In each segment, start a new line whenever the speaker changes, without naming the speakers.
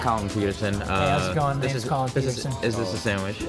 Colin Peterson. Uh,
how's it going?
This
Name's
is,
Colin
this is-
Peterson.
Is, this a sandwich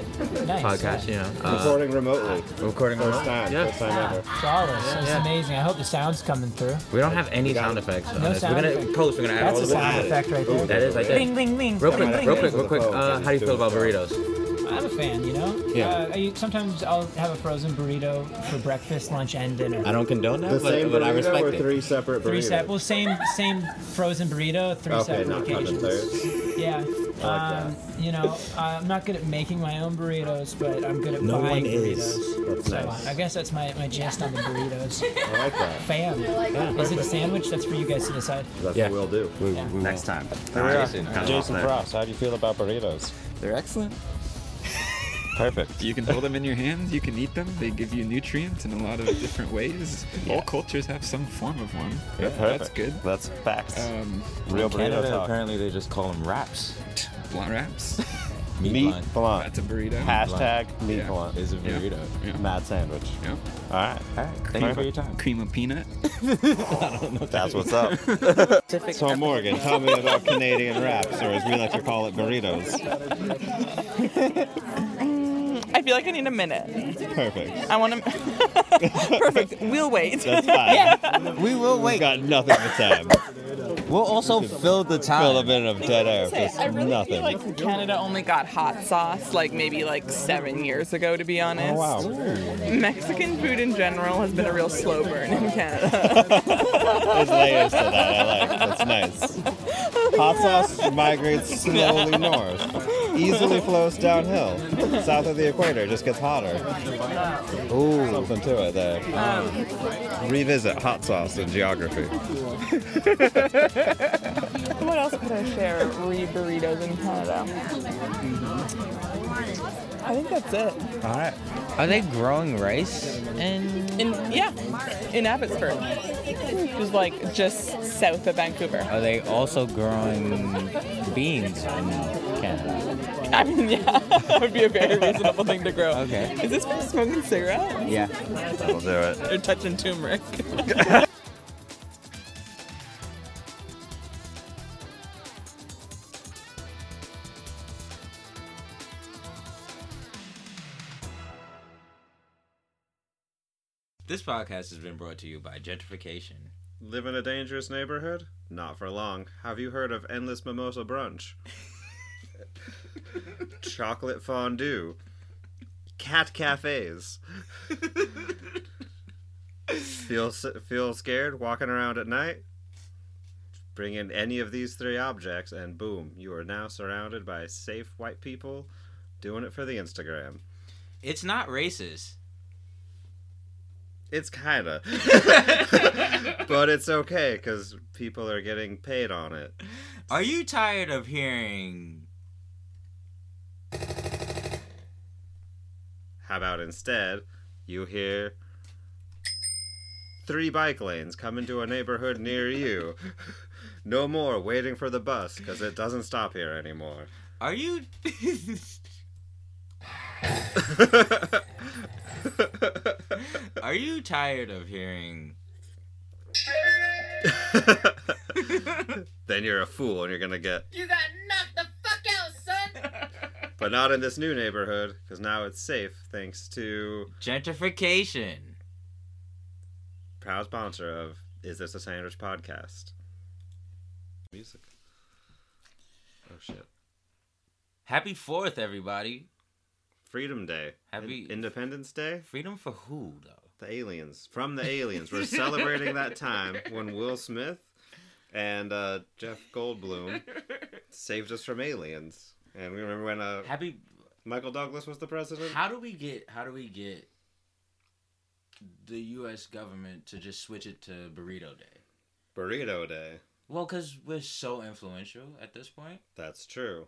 Nice.
podcast? You know, uh,
Recording remotely.
recording
First
remote?
time.
Yeah.
First time ever.
Flawless. That's
yeah.
amazing. I hope the sound's coming through.
We don't have any sound effects on this.
sound
we're gonna
effect.
post. We're gonna add
That's
all
a
the
sound
videos.
effect right there.
That is. I did.
Bling, bling, bling.
Real quick,
Bling,
real
bling.
quick, real quick. Uh, how do you feel about burritos?
I'm a fan, you know?
Yeah.
Uh, I, sometimes I'll have a frozen burrito for breakfast, lunch, and dinner.
I don't condone that,
The
but,
same
but I
burrito
respect
or
it.
three separate burritos?
Three set. Well, same same frozen burrito, three
Okay,
separate
not fucking
occasions.
third.
Yeah.
I like
um, you know, I'm not good at making my own burritos, but I'm good at
No
buying
one is.
burritos.
That's
So uh,
nice.
I guess that's my, my gist on the burritos.
I like that.
Bam. is it a sandwich? That's for you guys to decide.
That's
Yeah.
what we'll do.
We-
Yeah.
we
Next
will.
time.
Jason, Jason Frost, how do you feel about burritos?
They're excellent.
Perfect.
You can hold them in your hands, you can eat them, they give you nutrients in a lot of different ways. All cultures have some form of one.
They're
That's
perfect.
good.
That's facts.
Um,
Real burrito
Canada,
talk.
apparently they just call them wraps.
blunt wraps,
Meat,
Meat
bun
blunt.
that's a burrito.
Hashtag meat
Yeah.
blunt.
is a
Yeah.
burrito.
Yeah.
Mad sandwich.
Yeah.
All right.
All right. Thank you for your time.
Cream of peanut.
That's what's up. so Morgan, tell me about Canadian wraps, or as we like to call it, burritos.
I feel like I need a minute.
Perfect.
I want to. Perfect. We'll wait.
That's fine.
We will
We
wait.
got nothing but time.
We'll also fill the
Fill a
time.
bit of dead air.
Say,
Just
I really
nothing.
feel like Canada only got hot sauce like maybe like seven years ago, to be honest.
oh, wow.
Mexican food in general has been a real slow burn in Canada.
There's layers to that. I like. That's nice. Hot sauce migrates slowly north, easily flows downhill. South of the equator, it just gets hotter. Ooh, something to it there.
Um,
Revisit hot sauce and geography.
what else could I share? Re burritos in Canada. I think that's it.
All right. Are they growing rice? And
In yeah, in Abbotsford, which is like just south of Vancouver.
are they also growing beans in Canada?
I mean, yeah, that would be a very reasonable thing to grow.
Okay.
Is this from smoking cigarettes?
Yeah.
We'll do it.
They're touching turmeric.
This podcast has been brought to you by Gentrification.
Live in a dangerous neighborhood? Not for long. Have you heard of endless mimosa brunch? Chocolate fondue. Cat cafes. feel s- feel scared walking around at night? Bring in any of these three objects and boom, you are now surrounded by safe white people doing it for the Instagram.
It's not racist.
It's kinda. but it's okay cuz people are getting paid on it.
Are you tired of hearing?
How about instead you hear three bike lanes coming to a neighborhood near you? No more waiting for the bus because it doesn't stop here anymore.
Are you? Are you tired of hearing?
then you're a fool and you're going to get.
You got knocked the fuck out, son!
But not in this new neighborhood because now it's safe thanks to
Gentrification.
proud sponsor of Is This a Sandwich podcast? Music. Oh shit.
Happy Fourth, everybody.
Freedom Day.
Happy-
Independence Day?
Freedom for who though?
The aliens. From the aliens. We're celebrating that time when Will Smith and uh, Jeff Goldblum saved us from aliens. And we remember when uh,
Happy.
Michael Douglas was the president?
How do we get? How do we get? The U.S. government to just switch it to Burrito Day.
Burrito Day.
Well, because we're so influential at this point,
That's true.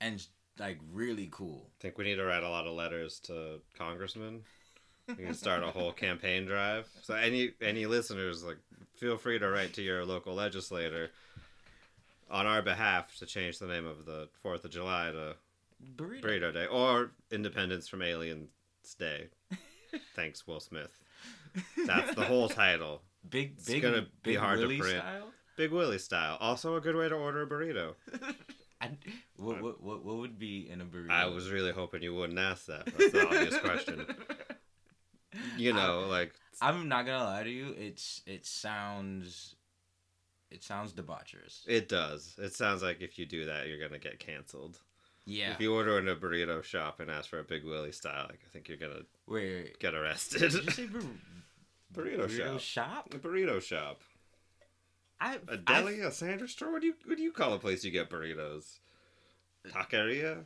and like really cool.
think we need to write a lot of letters to congressmen. We can start a whole campaign drive. So any any listeners, like, feel free to write to your local legislator on our behalf to change the name of the Fourth of July to
Burrito.
Burrito Day or Independence from Aliens Day. Thanks, Will Smith. That's the whole title.
Big, big,
gonna be
big
hard to
Willy
print.
style.
Big Willie style. Also a good way to order a burrito.
I, what, what, what, what would be in a burrito?
I was really hoping you wouldn't ask that. That's the obvious question. You know, like
I'm not gonna lie to you. It's it sounds, it sounds debaucherous.
it does. It sounds like if you do that, you're gonna get canceled.
Yeah.
If you order in a burrito shop and ask for a Big Willie style, like I think you're gonna
Wait.
get arrested.
Did you say bur-
burrito,
burrito
shop.
shop?
A burrito shop.
I,
A
I-
deli, a sandwich store. What do you what do you call a place you get burritos? Taqueria,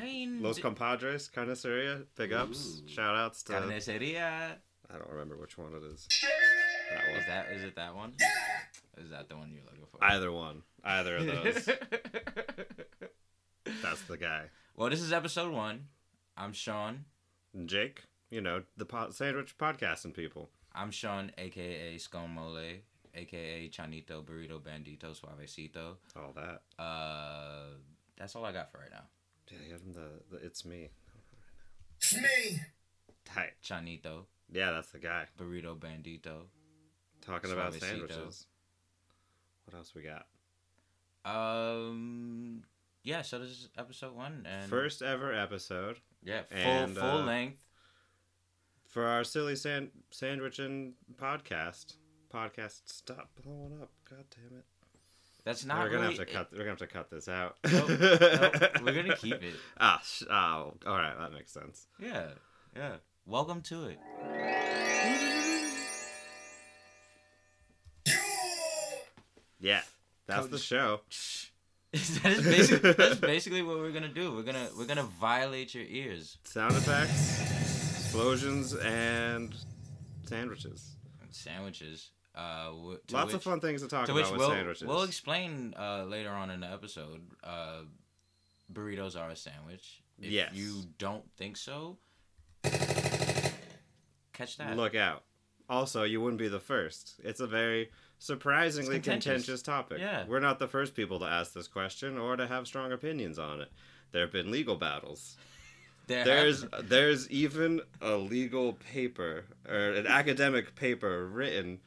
I mean,
Los uh,
d-
Compadres, Carniceria, pickups,
Ooh.
shout outs to.
Carniceria.
I don't remember which one it is. That one.
Is that is it that one? Is that the one you're looking for?
Either one. Either of those. That's the guy.
well, this is episode one. I'm Sean.
And Jake, you know, the po- sandwich podcasting people.
I'm Sean, aka Scone Mole, aka Chanito Burrito Bandito Suavecito.
All that.
Uh, that's all I got for right now.
Yeah, give him the, the it's me.
It's me.
Tight.
Chanito
Yeah, that's the guy.
Burrito Bandito.
Talking about
Suavecito.
sandwiches. What else we got?
Um, yeah. So this is episode one and
First ever episode
yeah, full
and,
full
uh,
length.
for our silly san- sandwich and podcast. Podcast, stop blowing up! God damn it!
That's not.
we're gonna
really,
have to cut. We're gonna have to cut this out.
Nope, nope, we're gonna keep it.
Ah, sh- oh, all right, that makes sense.
Yeah, yeah. Welcome to it.
Yeah, that's the show.
that's, basically, that's basically what we're gonna do. We're gonna we're gonna violate your ears.
Sound effects, explosions, and sandwiches.
Sandwiches. Uh, wh- to
Lots
which,
of fun things to talk
To
about
which
with
we'll
sandwiches.
we'll explain uh, later on in the episode. Uh, burritos are a sandwich. If
Yes.
you don't think so, catch that.
Look out! Also, you wouldn't be the first. It's a very surprisingly
It's contentious.
contentious. topic.
Yeah.
We're not the first people to ask this question or to have strong opinions on it. There have been legal battles.
There
There's
have-
there's even a legal paper or an academic paper written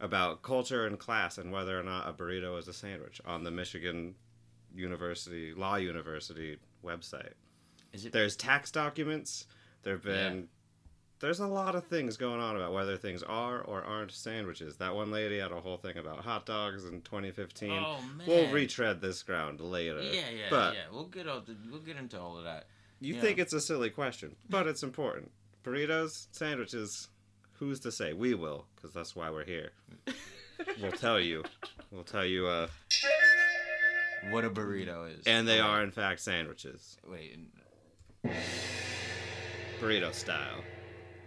about culture and class and whether or not a burrito is a sandwich on the Michigan University Law University website.
is it
There's tax documents. There've been
Yeah.
there's a lot of things going on about whether things are or aren't sandwiches. That one lady had a whole thing about hot dogs in 2015.
Oh,
We'll
man.
retread this ground later.
yeah yeah
but
yeah. We'll get all the, we'll get into all of that.
you
Yeah.
think it's a silly question, but it's important. Burritos, sandwiches, who's to say? We will, because that's why we're here. we'll tell you. We'll tell you. Uh,
What a burrito is.
and they are, in fact, sandwiches.
Wait,
Burrito style.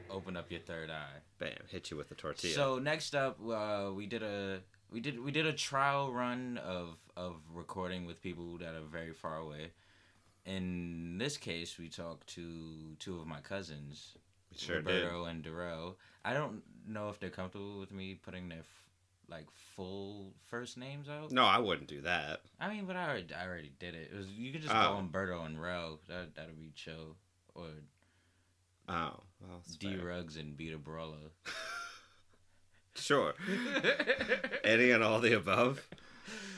open up your third eye.
Bam, hit you with the tortilla.
So next up, uh, we did a we did we did a trial run of of recording with people that are very far away. In this case, we talked to two of my cousins,
We sure did.
Roberto and Darrell. I don't know if they're comfortable with me putting their f- like full first names out.
No, I wouldn't do that.
I mean, but I already, I already did it. it was, you could just
Oh.
call them Berto and Rel. That that'll be chill. Or
Oh, well, that's
D
fair.
Rugs and Beta Brawler.
Sure. Any and all the above.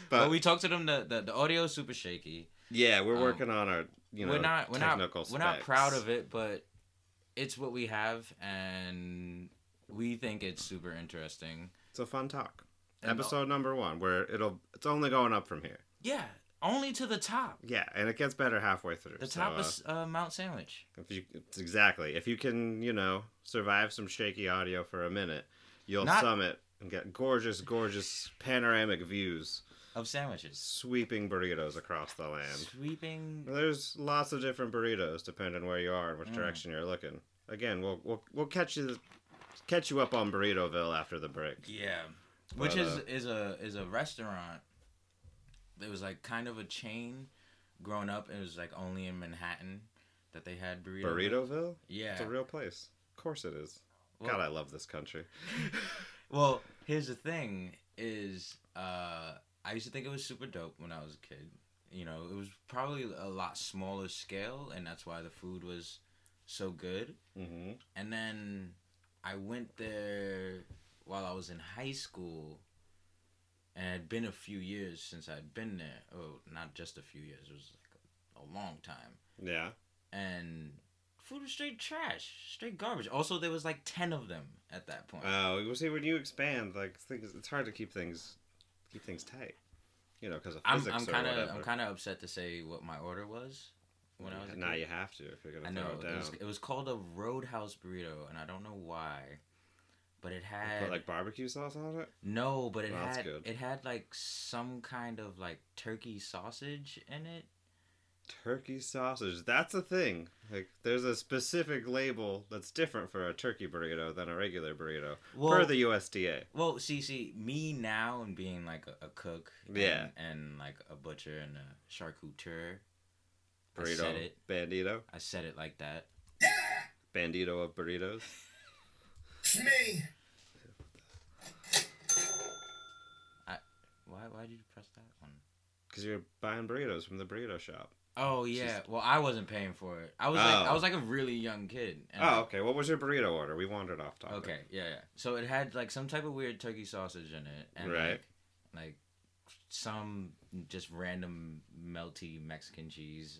But
But we talked to them. The, the the audio is super shaky.
yeah, we're
um,
working on our you know
we're not we're not
technical
we're not
specs.
proud of it, but it's what we have, and we think it's super interesting.
It's a fun talk.
And-
Episode number one, where it'll it's only going up from here.
Yeah, only to the top.
Yeah, and it gets better halfway through.
The
so,
top
uh,
is uh, Mount Sandwich.
if you it's exactly if you can you know survive some shaky audio for a minute, you'll
Not-
summit and get gorgeous, gorgeous panoramic views,
of sandwiches.
sweeping burritos across the land.
Sweeping.
There's lots of different burritos depending where you are and which
Mm.
direction you're looking. Again, we'll we'll, we'll catch you catch you up on Burritoville after the break.
Yeah, which
But,
is
uh,
is a is a restaurant. It was like kind of a chain. Growing up, it was like only in Manhattan that they had burrito.
Burritoville?
Yeah.
It's a real place. Of course it is.
Well-
God, I love this country.
Well, here's the thing: is uh, I used to think it was super dope when I was a kid. You know, it was probably a lot smaller scale, and that's why the food was so good.
Mm-hmm.
And then I went there while I was in high school, and it had been a few years since I'd been there. Oh, not just a few years; it was like a, a long time.
Yeah.
And food was straight trash, straight garbage. Also, there was like ten of them at that point.
Oh, well, see, when you expand, like things, it's hard to keep things, keep things tight. You know, because of
I'm
physics
I'm kind
or
of
whatever.
I'm kind of upset to say what my order was when I was. a
now
kid.
you have to if you're gonna
I know
throw
it,
it down.
was it was called a roadhouse burrito, and I don't know why, but it had
Put like barbecue sauce on it.
no, but it
Well, that's
had
good.
it had like some kind of like turkey sausage in it.
Turkey sausage. That's a thing. Like, there's a specific label that's different for a turkey burrito than a regular burrito
Well-
per the USDA.
Well, see, see, me now and being like a, a cook, and-
Yeah.
and, like a butcher and a charcuteur, I said
Burrito.
it.
Bandito.
I said it like that.
Bandito of burritos.
Shmee!
Why? Why did you press that one?
Because you're buying burritos from the burrito shop.
Oh yeah. Well, I wasn't paying for it. I was like, I
Oh.
was like a really young kid. and I-
Oh, okay. What was your burrito order? We wandered off topic.
Okay, yeah, yeah. So it had like some type of weird turkey sausage in it, and
Right.
like, like some just random melty Mexican cheese,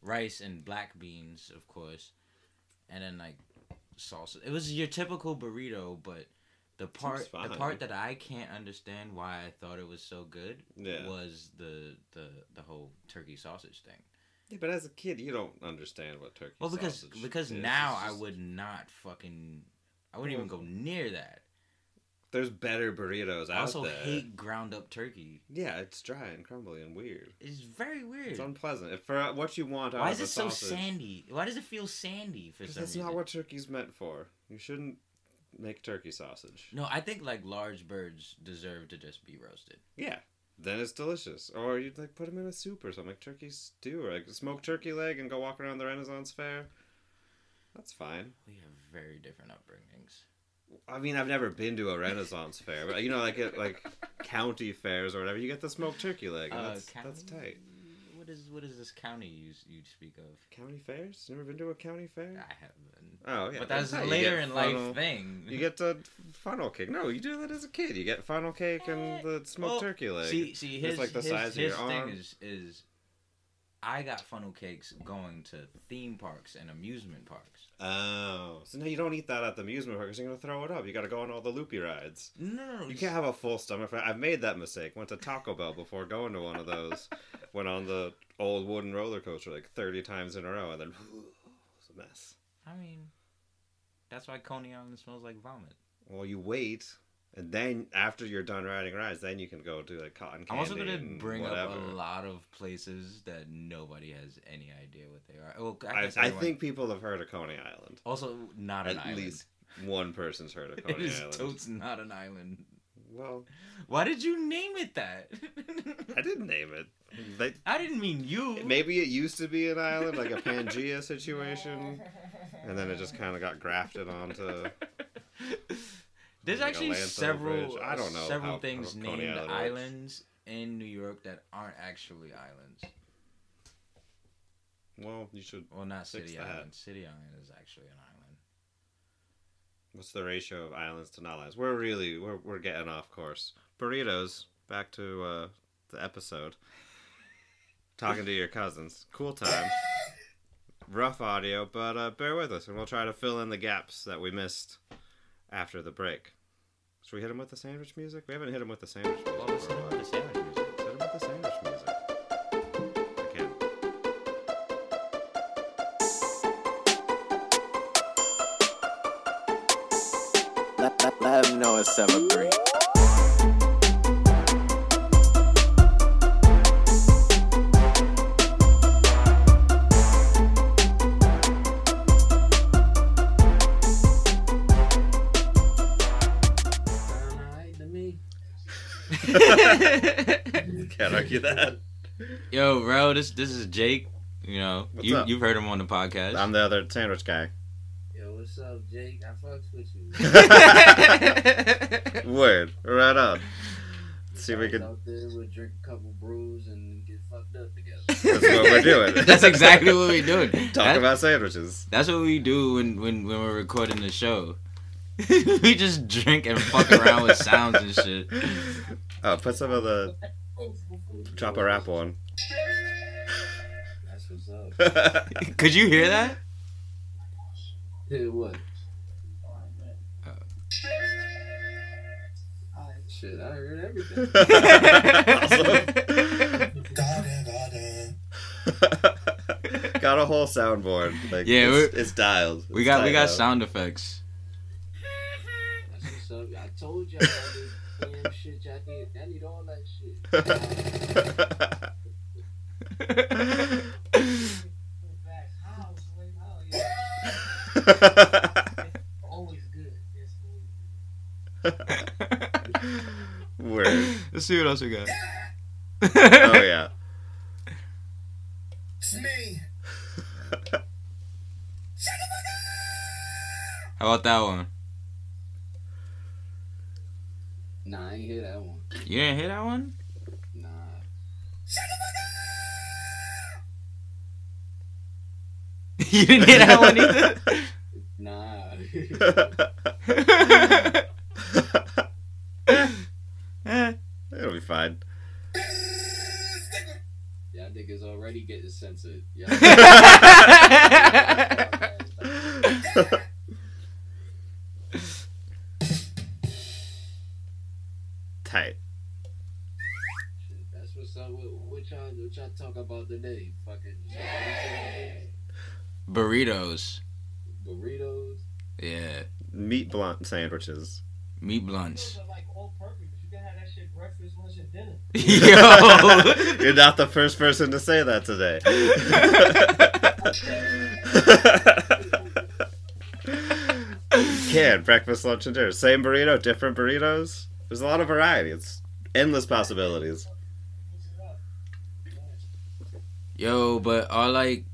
rice and black beans, of course, and then like salsa. It was your typical burrito, but the part the
fine.
part that I can't understand why I thought it was so good
Yeah.
was the the the whole turkey sausage thing.
Yeah, but as a kid, you don't understand what turkey.
Well, because
sausage
because
is.
now
It's
I
just-
would not fucking I wouldn't even go near that.
There's better burritos
I
out
also
there.
hate ground up turkey.
Yeah, it's dry and crumbly and weird.
It's very weird.
It's unpleasant. If for uh, what you want out
Why
of
is
a
it so
sausage,
sandy? Why does it feel sandy for
'cause
some
That's
reason?
not what turkey's meant for. You shouldn't make turkey sausage.
No, I think like large birds deserve to just be roasted.
Yeah. Then it's delicious. Or you'd like put them in a soup or something, like turkey stew, or like smoke turkey leg and go walk around the Renaissance Fair. That's fine.
We have very different upbringings.
I mean, I've never been to a Renaissance fair, but you know, like at like county fairs or whatever, you get the smoked turkey leg. and
Uh,
that's,
county-
that's tight.
What is what is this county you s- you speak of?
County fairs? You never been to a county fair?
I haven't.
Oh yeah,
but that's a
tight. You
later
get
in life
funnel-
thing.
You get the funnel cake. No, you do that as a kid. You get funnel cake and the smoked
Well,
turkey leg.
See, see, his,
It's like the
his,
size of
his
your
thing
arm.
is is I got funnel cakes going to theme parks and amusement parks.
Oh, so now you don't eat that at the amusement park because you're gonna throw it up. You gotta go on all the loopy rides.
No, no, no.
You can't have a full stomach. for- I've made that mistake. Went to Taco Bell before going to one of those. Went on the old wooden roller coaster like 30 times in a row, and then it's a mess.
I mean, that's why Coney Island smells like vomit.
Well, you wait, and then after you're done riding rides, then you can go do like cotton candy.
I'm also gonna
and
bring
whatever.
up a lot of places that nobody has any idea what they are. Well, I,
I,
guess
I
everyone-
think people have heard of Coney Island.
also not an
At
island.
least one person's heard of
it
Coney
is
Island.
totes not an island.
Well,
Why did you name it that?
I didn't name it. They,
I didn't mean you.
maybe it used to be an island, like a Pangea situation, and then it just kind of got grafted onto.
There's
like a
actually
landfill
several.
bridge. I don't know
several
how
things
Coney
named
Island works.
islands in New York that aren't actually islands.
Well, you should.
Well, not
Fix
City
that.
Island. City Island is actually an island.
What's the ratio of islands to not islands? We're really we're we're getting off course. Burritos. Back to uh, the episode. Talking to your cousins. Cool time. Rough audio, but uh, bear with us, and we'll try to fill in the gaps that we missed after the break. Should we hit him with the sandwich music? We haven't hit him with the sandwich music.
Well, let's
for a
hit 'em
while.
with the sandwich music.
Hit him with the sandwich music. I can't.
Let, let, let him know it's 7 3.
Can't argue that.
Yo, bro, this this is Jake. You know,
What's
you
up?
you've heard him on the podcast.
I'm the other sandwich guy.
Yo, what's up, Jake? I fucks with you.
Word. Right on. See, if we
Guys
could.
out there, we'll drink a couple brews and get fucked up together.
That's what we're doing.
that's exactly what we're doing.
Talk
That-
about sandwiches.
that's what we do when when when we're recording the show. we just drink and fuck around with sounds and shit.
Oh, put some of the chopper rap on.
That's what's up.
Could you hear that?
Dude, what? Shit, I heard everything.
got a whole soundboard. Like,
Yeah,
it's,
we're-
it's dialed.
We
It's
got we got
dialed.
sound effects.
That's what's up. I told y'all all this damn shit y'all need. I need all that shit.
Word.
Let's see what else we got.
Oh yeah.
It's me.
How about that one?
Nah, I ain't hear that one.
You didn't hear that one?
Nah.
you didn't hear that one either.
Nah.
Eh,
It'll be fine.
y'all niggas already getting censored. Y'all
Tight.
Shit, That's what's up. What, what y'all what y'all talk about today? Fucking
Burritos.
burritos.
Yeah.
Meat blunt sandwiches.
Meat blunts.
like all purpose. You can have that shit breakfast, lunch, and dinner.
Yo.
You're not the first person to say that today. Can breakfast, lunch, and dinner. Same burrito, different burritos. There's a lot of variety. It's endless possibilities.
Yo, but are like,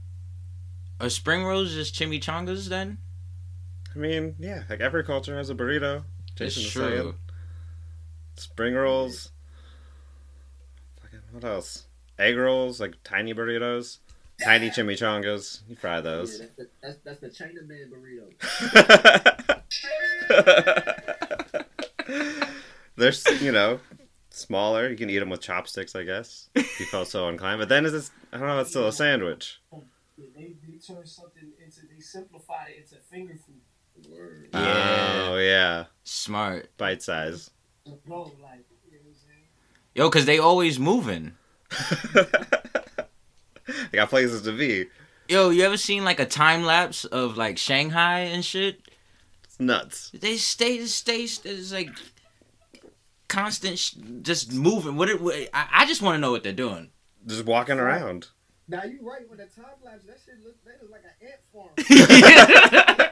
are spring rolls just chimichangas then?
I mean, yeah, like every culture has a burrito.
It's
Jason was saying.
true.
Spring rolls. Fucking what else? Egg rolls, like tiny burritos, tiny chimichangas. You fry
Yeah,
those.
that's the, that's, that's the Chinaman burrito.
They're s- you know smaller. You can eat them with chopsticks, I guess. If you felt so inclined. But then is this? I don't know. It's still a sandwich.
They, they turn something into, they simplify it into finger food.
Word.
Yeah.
Oh yeah,
Smart.
bite size.
Bro, like, you know what I'm saying?
Yo, cause they always moving.
I got places to be.
Yo, you ever seen like a time lapse of like Shanghai and shit?
It's nuts.
They stay, stay, it's like constant, sh- just moving. What? It, what I, I just want to know what they're doing.
Just walking around.
Now you right with the time lapse. That shit look, that is like an ant farm.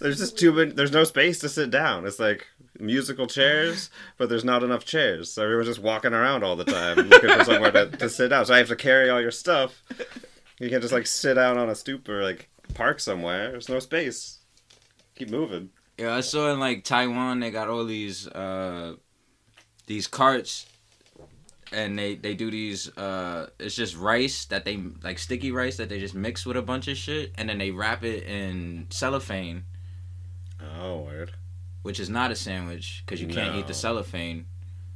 There's just too many. There's no space to sit down. It's like musical chairs, but there's not enough chairs. So everyone's just walking around all the time looking for somewhere to, to sit down. So I have to carry all your stuff. You can't just like sit down on a stoop or like park somewhere. There's no space. Keep moving.
Yeah, I saw in like Taiwan they got all these uh these carts and they they do these uh it's just rice that they like sticky rice that they just mix with a bunch of shit and then they wrap it in cellophane,
Oh, word.
which is not a sandwich cuz you can't eat
No.
the cellophane.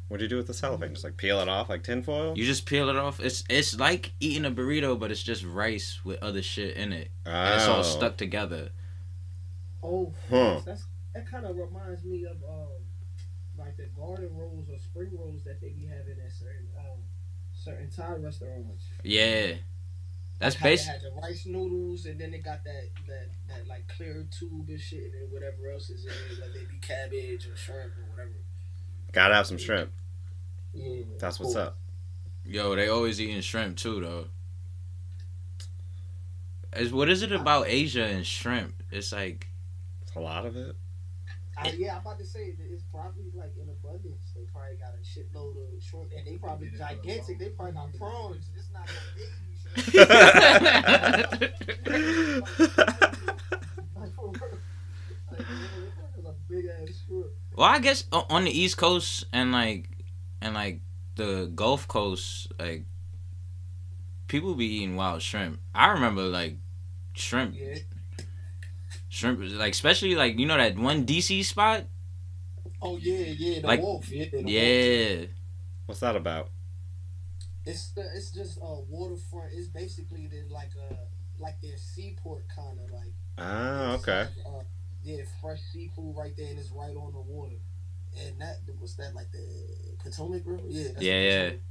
What do you do with the cellophane? Just like peel it off like tinfoil?
You just peel it off. It's it's like eating a burrito but it's just rice with other shit in it. And it's all
Oh.
stuck together.
Oh,
Huh.
that's that kind of reminds me of um, like the garden rolls or spring rolls that they be having at certain um, certain Thai restaurants.
Yeah. That's
How they
basic.
had the rice noodles, and then they got that that that like clear tube and shit, and then whatever else is in it, whether it be cabbage or shrimp or whatever.
Gotta have some shrimp.
Yeah,
That's what's up.
Yo, they always eating shrimp too, though. Is what is it about Asia and shrimp? It's like
It's a lot of it.
I, Uh, yeah, I'm about to say that it's probably like in abundance. They probably got a shitload of shrimp, and they probably gigantic. They probably got prawns. It's not no baby shrimp. Like, for real. Like, it's a big ass shrimp.
well, I guess o- on the East Coast and like and like the Gulf Coast, like people be eating wild shrimp. I remember like shrimp,
Yeah.
shrimp was like especially like you know that one DC spot
Oh yeah, yeah, the
Like-
wolf. Yeah, the Wolf.
Yeah.
What's that about?
It's the, it's just a waterfront. It's basically the, like a like their seaport kind of like.
Ah, okay.
Uh, yeah, fresh seafood right there, and it's right on the water. And that what's that like the Potomac River? Yeah. that's
Yeah,
the
yeah.
Potomac.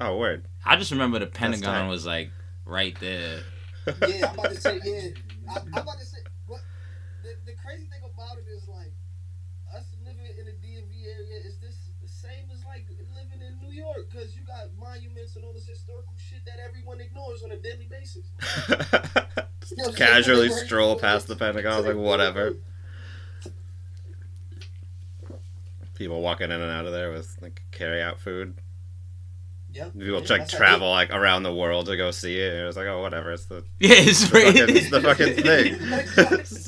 Oh, word.
I just remember the
tight.
Pentagon was like right there.
Yeah, I'm about to say, yeah. I, I'm about to say, what the, the crazy thing about it is like us living in the DMV area is this the same as like living in New York because you got monuments and all this historical shit that everyone ignores on a daily basis. You know what I'm saying?
Casually
Like,
stroll past the Pentagon. I was like, whatever. People walking in and out of there with like carry out food.
Yeah.
People
yeah,
like
that's how-
travel like around the world to go see it. It was like, oh, whatever. It's the
Yeah, it's right.
fucking, it's the fucking thing.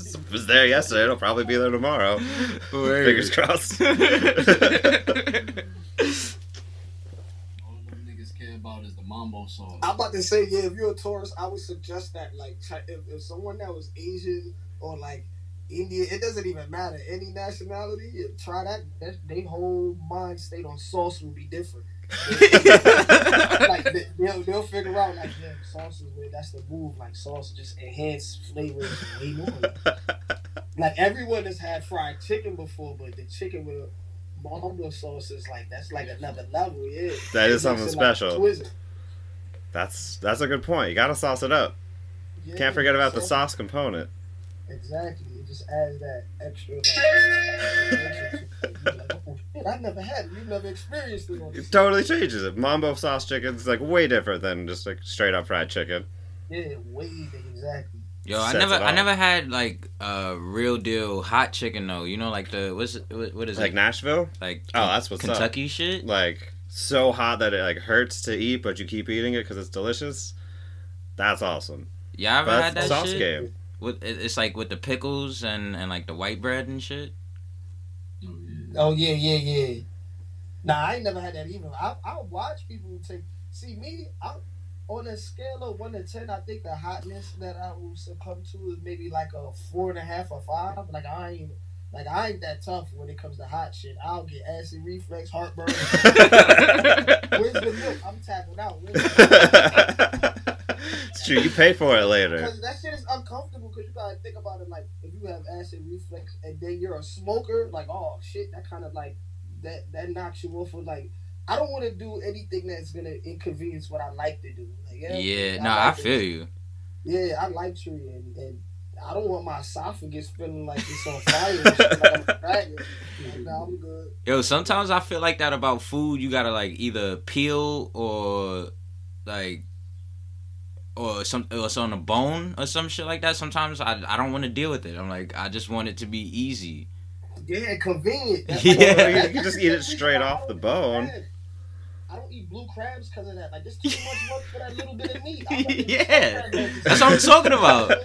it was there yesterday. It'll probably be there tomorrow.
Word.
Fingers crossed.
All them niggas care about is the mambo song.
I'm about to say, yeah, if you're a tourist, I would suggest that, like, try- if, if someone that was Asian or like Indian, it doesn't even matter, any nationality, yeah, try that. That's, they whole mind state on sauce will be different. like, they, will they'll figure out, like, yeah, sauce is where that's the move. Like, sauce just enhance flavors way more. Like, everyone has had fried chicken before, but the chicken with a mambo sauce is like, that's like another level,
That
yeah.
is
It makes
something
it, like,
special.
exquisite.
that's that's a good point. You gotta sauce it up.
Yeah,
Can't forget about the
sauce-
sauce component.
Exactly. It just adds that extra. Like, extra to it. You're like, oh, shit, I never had it. You never experienced it. On this.
It totally changes it. Mambo sauce chicken is like way different than just like straight up fried chicken.
Yeah, way exactly.
Yo, I
Sets
never,
it
I
off.
never had like uh, real deal hot chicken though. You know, like the what's it, what what is
Like
it?
Nashville,
like
Oh, that's what's up.
Kentucky shit.
like so hot that it like hurts to eat, but you keep eating it because it's delicious. That's awesome.
Y'all ever
But
had
that's
that
the sauce
shit?
game.
With, it- it's like with the pickles and and like the white bread and shit.
Oh yeah, yeah, yeah. Nah, I ain't never had that either. I I watch people who take. See me, I on a scale of one to ten, I think the hotness that I will succumb to is maybe like a four and a half or five. Like I ain't. Like I ain't that tough when it comes to hot shit. I'll get acid reflux, heartburn. Where's the milk? I'm tapping out. Where's the milk?
it's true. You pay for it later.
Because that shit is uncomfortable. Because you gotta think about it. Like if you have acid reflux and then you're a smoker, like oh shit, that kind of like that that knocks you off of like. I don't want to do anything that's gonna inconvenience what I like to do. Like,
Yeah,
like,
no, I,
like
feel
it.
you.
Yeah, I like tree and, and I don't want my esophagus feeling like it's on fire. and shit, like I'm a dragon. Like, nah, I'm good.
Yo, sometimes I feel like that about food. You gotta like either peel or like or some or it's on a bone or some shit like that. Sometimes I I don't want to deal with it. I'm like I just want it to be easy.
Yeah, convenient.
Yeah.
that-
You can just eat it straight off the bone.
I don't eat blue crabs because of that. Like, there's too much work for that little bit of meat. I like it.
yeah, that's what I'm talking about.
You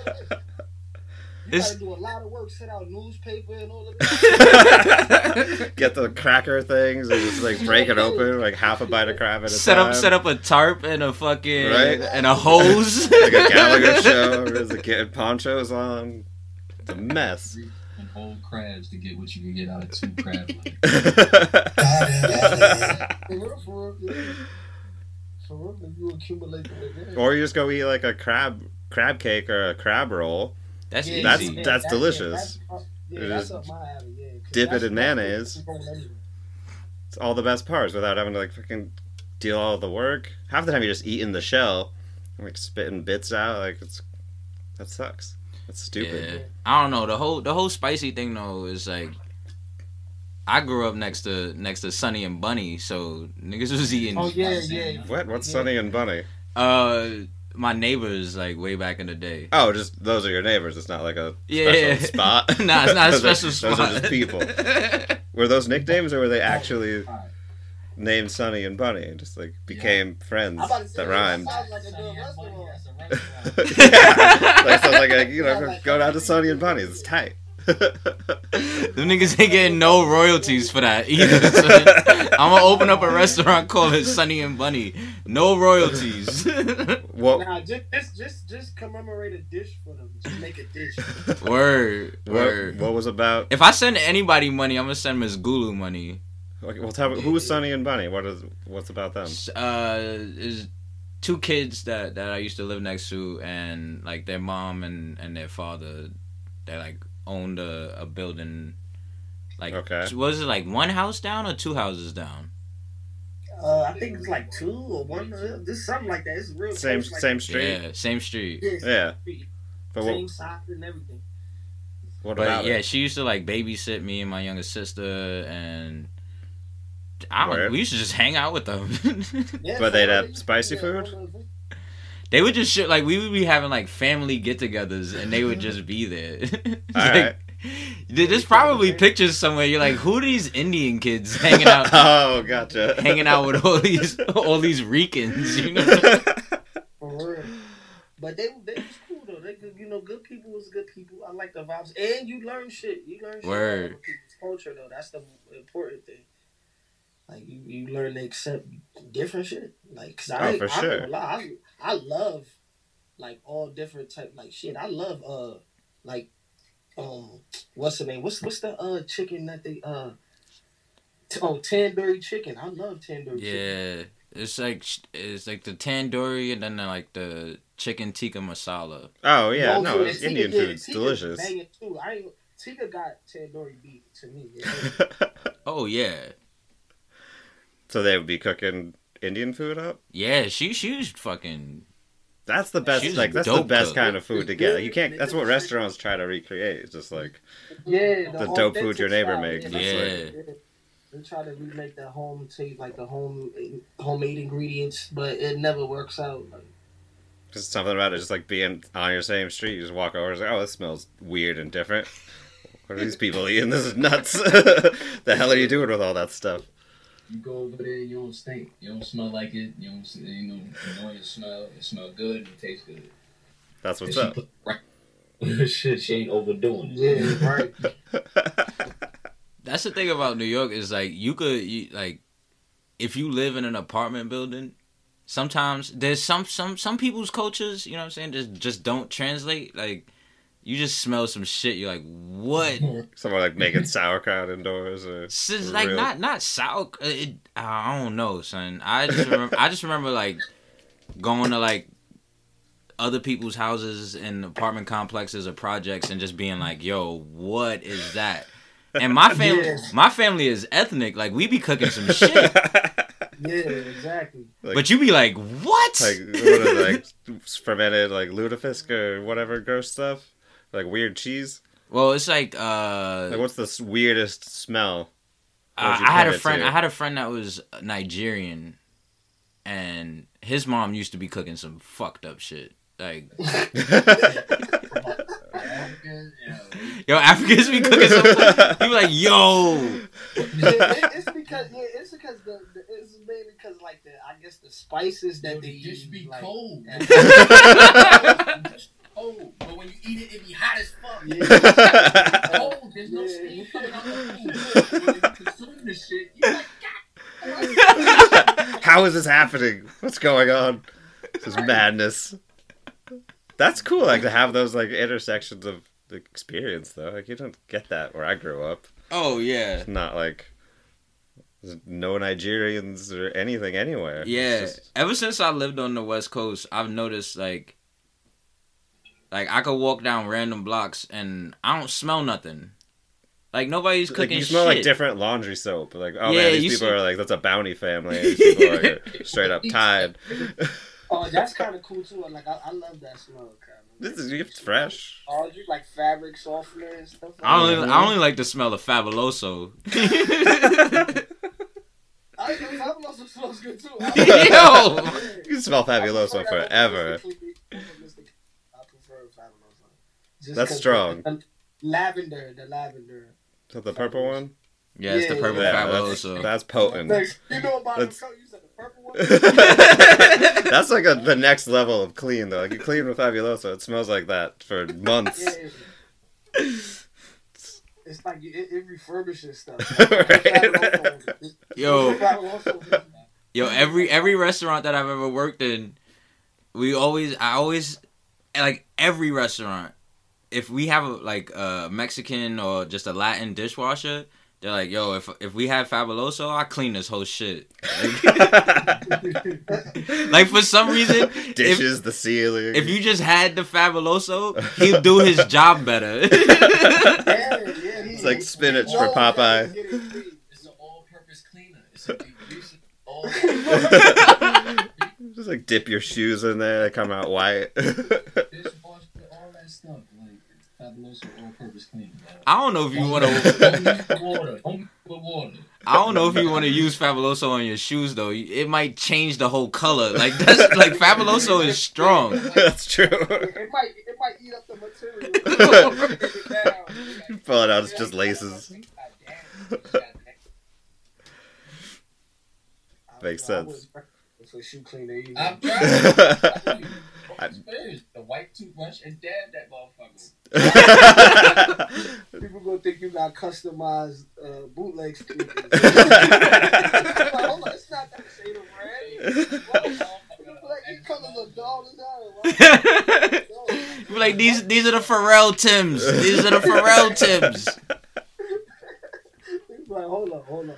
It's-
gotta do a lot of work, send out newspaper and all of that.
Get the cracker things and just like break it open, like half a bite of crab at a
set
time.
up set up a tarp and a fucking
Right?
and a hose.
like a Gallagher show. There's a kid ponchos on. It's a mess.
And whole crabs to get what you can get out of two crab legs.
for real, for real. Yeah. For real, if you accumulate the yeah.
or you just go eat like a crab crab cake or a crab roll.
That's
Yeah,
easy.
That's-
yeah,
that's
yeah,
delicious.
that's up- Yeah,
You
that's
just
up my alley, yeah. 'cause
dip it
that's
in
what I think
mayonnaise.
people don't like.
It's all the best parts without having to like fucking deal all the work. Half the time you're just eating the shell, and, like spitting bits out. Like it's that sucks. That's stupid.
Yeah. I don't know. The whole the whole spicy thing though is like I grew up next to next to Sonny and Bunny, so niggas was eating
Oh, yeah, yeah.
What? What's Sunny and Bunny?
uh my neighbors like way back in the day.
Oh, just those are your neighbors. It's not like a
Yeah.
special spot.
Nah, it's not a
Those are-
special
Those are
spot.
just people. Were those nicknames or were they actually named Sonny and Bunny and just like became friends
I'm about to say,
that
yeah, that
rhymed?
sounds like a good restaurant.
yeah. Like sounds like a, you know,
Yeah, like-
go down to Sonny and Bunny's. It's tight.
Them niggas ain't getting no royalties for that either. son. I'm gonna open up a restaurant called it Sunny and Bunny. No royalties.
What?
Nah, just, just just just commemorate a dish for them. Just make a dish.
word,
What,
word.
what was about?
If I send anybody money, I'm gonna send Miss Gulu money.
Okay, well, tell me, who was Sonny and Bunny? What is? What's about them?
S- Uh, is two kids that that I used to live next to, and like their mom and and their father, they like owned a, a building. Like,
Okay.
was it like one house down or two houses down?
Uh, I think it's like two or one. Uh, this something like that. It's real.
Same
it's like,
same street.
Yeah, same street.
Yeah. same
Yeah.
street,
But
Same
what,
size and everything.
what
But
about
yeah,
it?
she used to like babysit me and my younger sister, and I
Word.
don't, we used to just hang out with them.
Yeah,
But they'd
so-
have spicy food?
they would just shit like we would be having like family get-togethers, and they would just be there. It's
All
like, th- There's probably pictures somewhere. You're like, who are these Indian kids hanging out,
oh, gotcha.
hanging out with all these, all these Ricans? You know,
For real. But they they was cool though. They good, you know, good people was good people. I like the vibes, and you learn shit. You learn shit about
Word.
other people's culture though. That's the important thing. Like you, you learn to accept different shit. Like, 'cause I,
Oh,
ain't-
for
I,
sure.
sure. I, I love like all different type like shit. I love uh like um what's the name? What's what's the uh chicken that they uh t- oh tandoori chicken. I love tandoori chicken.
yeah. It's like sh- it's like the tandoori and then like the chicken tikka masala.
oh yeah,
Oh,
no,
dude,
it's
and
Indian
Tika did-
food's
Tika
delicious.
Banging too. I ain't, Tika got tandoori beef to me. yeah.
Oh yeah.
so they would be cooking Indian food up.
Yeah, she she was fucking
That's the best.
She's a
Like that's the
dope
best
cook.
kind of food to get. You can't. That's what restaurants try to recreate. It's just like
Yeah,
The dope food
authentic
your neighbor
style,
makes,
yeah.
that's what- They try to remake the home taste, like the home homemade ingredients, but it never works out. Like,
just something about it. Just like being on your same street. You just walk over. It's like, oh, this smells weird and different. What are these people eating? This is nuts. the hell are you doing with all that stuff?
You go over there, you don't stink. You don't smell like it. You don't, s- you know, you know it smell. It smell good. It tastes good.
That's what's
She
up.
put- right. Shit, she ain't overdoing it.
yeah, right.
That's the thing about New York is like you could you, like if you live in an apartment building, sometimes there's some some some people's cultures, you know what I'm saying, just just don't translate. Like you just smell some shit, you're like, "What?"
Someone like making sauerkraut indoors or
It's just like
Real.
not not sour. It, I don't know, son. I just remember, I just remember like going to like other people's houses and apartment complexes or projects and just being like, "Yo, what is that?" And my family,
Yes.
my family is ethnic. Like we be cooking some shit,
Yeah, exactly.
Like-
but you be like, "What?"
like what is it, like fermented like lutefisk or whatever gross stuff, like weird cheese.
well, it's like uh,
Like what's the s- weirdest smell?
Uh,
What'd you
I had
put
a
it
friend.
to?
I had a friend that was Nigerian, and his mom used to be cooking some fucked up shit. Like, yo, Africans be cooking some. You be like, yo,
Yeah, it, it's because yeah, it's because the, the it's mainly because like the I guess the spices that they use.
Just be
like,
cold.
yeah.
Just cold. Oh, But when you eat it, it be hot as fuck.
Yeah,
Cold. There's no
Yeah.
steam coming out the food. When you consume the shit, you like,
How is this happening? What's going on? This is madness. That's cool. Like to have those like intersections of the experience though. Like you don't get that where I grew up.
oh yeah,
It's not like there's no Nigerians or anything anywhere. It's
yeah.
just-
Ever since I lived on the West Coast, I've noticed like, like I could walk down random blocks and I don't smell nothing. Like nobody's
like
cooking.
you smell like
shit.
different laundry soap. Like oh
Yeah,
man, these
you
people
see-
are like that's a bounty family. These people are straight up tied.
oh, that's kind of cool too. Like I, I love that smell. Kind
This is it's fresh.
Oh, you like fabric softener and stuff. Like
I only,
that.
I only like the smell of Fabuloso.
I think Fabuloso smells good too.
Yo!
You can smell fabuloso forever.
I prefer Fabuloso. Just
That's
'cause
strong.
the- the Lavender, the lavender.
Is that the purple one?
Yeah, it's the
Yeah,
purple
yeah.
that's,
Fabuloso.
that's potent.
Next, you know about
That's-
the color, you said the purple one.
that's like a, the next level of clean though. Like you clean with fabuloso, it smells like that for months.
Yeah,
It's
It's like you- it, it refurbishes stuff.
Right.
Yo,
Yo.
yo, every every restaurant that I've ever worked in, we always, I always, like every restaurant, if we have a, like a Mexican or just a Latin dishwasher, they're like, yo, if if we have Fabuloso, I clean this whole shit. Like for some reason, if,
Dishes the ceiling.
if you just had the Fabuloso, he'd do his job better.
yeah, yeah, he-
it's like spinach
No,
for Popeye.
yeah, he get it.
It's an all-purpose cleaner. It's a use all.
Just like dip your shoes in there, they come out white.
Dishwasher, all that stuff. Like it's Fabuloso all-purpose cleaner. man.
I don't know if you want to.
Don't use the water. Don't use the water.
I don't know if you want to use Fabuloso on your shoes though. It might change the whole color. Like that's like Fabuloso is strong.
That's true.
It, it might it might eat up the material.
Pull it out, it's just laces. Makes
I was- I
sense.
was working For shoe cleaner, you know.
I'm trying.
I
The white toothbrush and dab that motherfucker.
people gonna think you got customized uh, bootleg sneakers. Hold on, it's not that shade of red. Like these colors are dull as hell. why- No.
You're like these these are the Pharrell Tims. These are the Pharrell Tims.
He's like, hold up, hold up, hold up.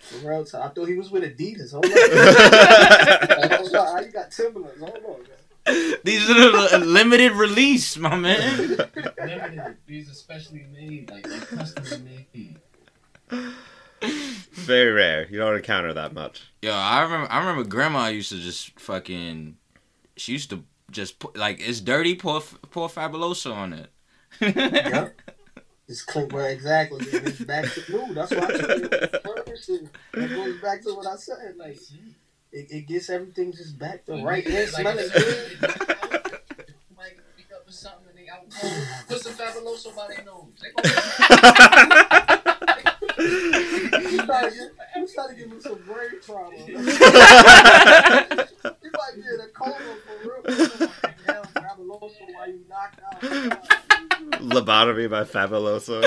For real time. I thought he was with Adidas. Hold up. hold up. You got Timberlands. Hold on. man.
These are the limited release, my man.
Limited. These are specially made, like like custom made.
Very rare. You don't encounter that much.
Yo, I remember. I remember grandma used to just fucking. She used to just put like it's dirty. Pour pour Fabuloso on it.
Yep. It's clean. Well, exactly. It's back to blue. That's why I told you. It was first and It goes back to what I said. Like, it, it gets everything just back to right. It smelling good.
Might pick up with something and they out cold. Put some Fabuloso by their nose. They gonna
You trying to get- you trying to give him some brain trauma. you might be in a coma for real. Hell, grab a lotion while you knocked out.
Lobotomy by Fabuloso.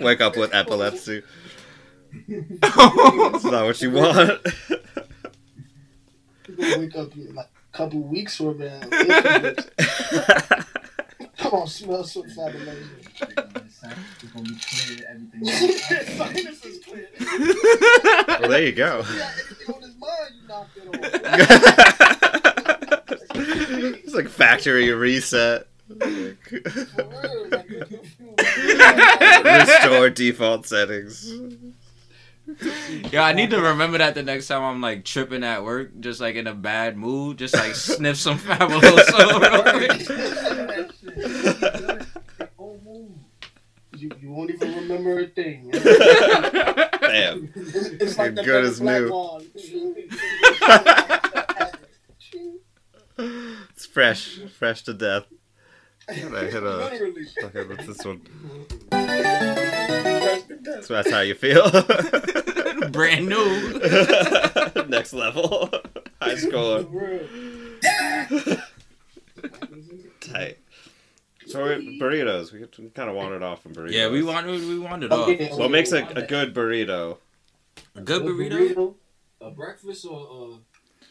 Wake up with epilepsy.
Um,
It's not what you want.
You're gonna wake up in like a couple weeks from now. Come on, smell some fabulous.
It's gonna be clear everything.
Sinus is clear.
Well, there you go.
Yeah, anything on his mind, you knocked it off.
it's like factory reset.
For real, like, you're confused.
Restore default settings.
Yo, I need to remember that the next time I'm like tripping at work, just like in a bad mood, just like sniff some Fabuloso. real quick.
You, you won't even remember a thing.
Damn.
It's, it's
You're
like the
good
good
as
as black
new.
wall.
It's fresh. Fresh to death. And I hit a.
Literally.
Okay, what's this one?
That's the best.
So that's how you feel.
Brand new.
Next level. High
For
score.
real.
Tight. So we're burritos. We kind of wandered off from burritos.
Yeah, we wanted we wanted off.
Okay,
What makes a, a good burrito?
Good burrito.
A breakfast or uh,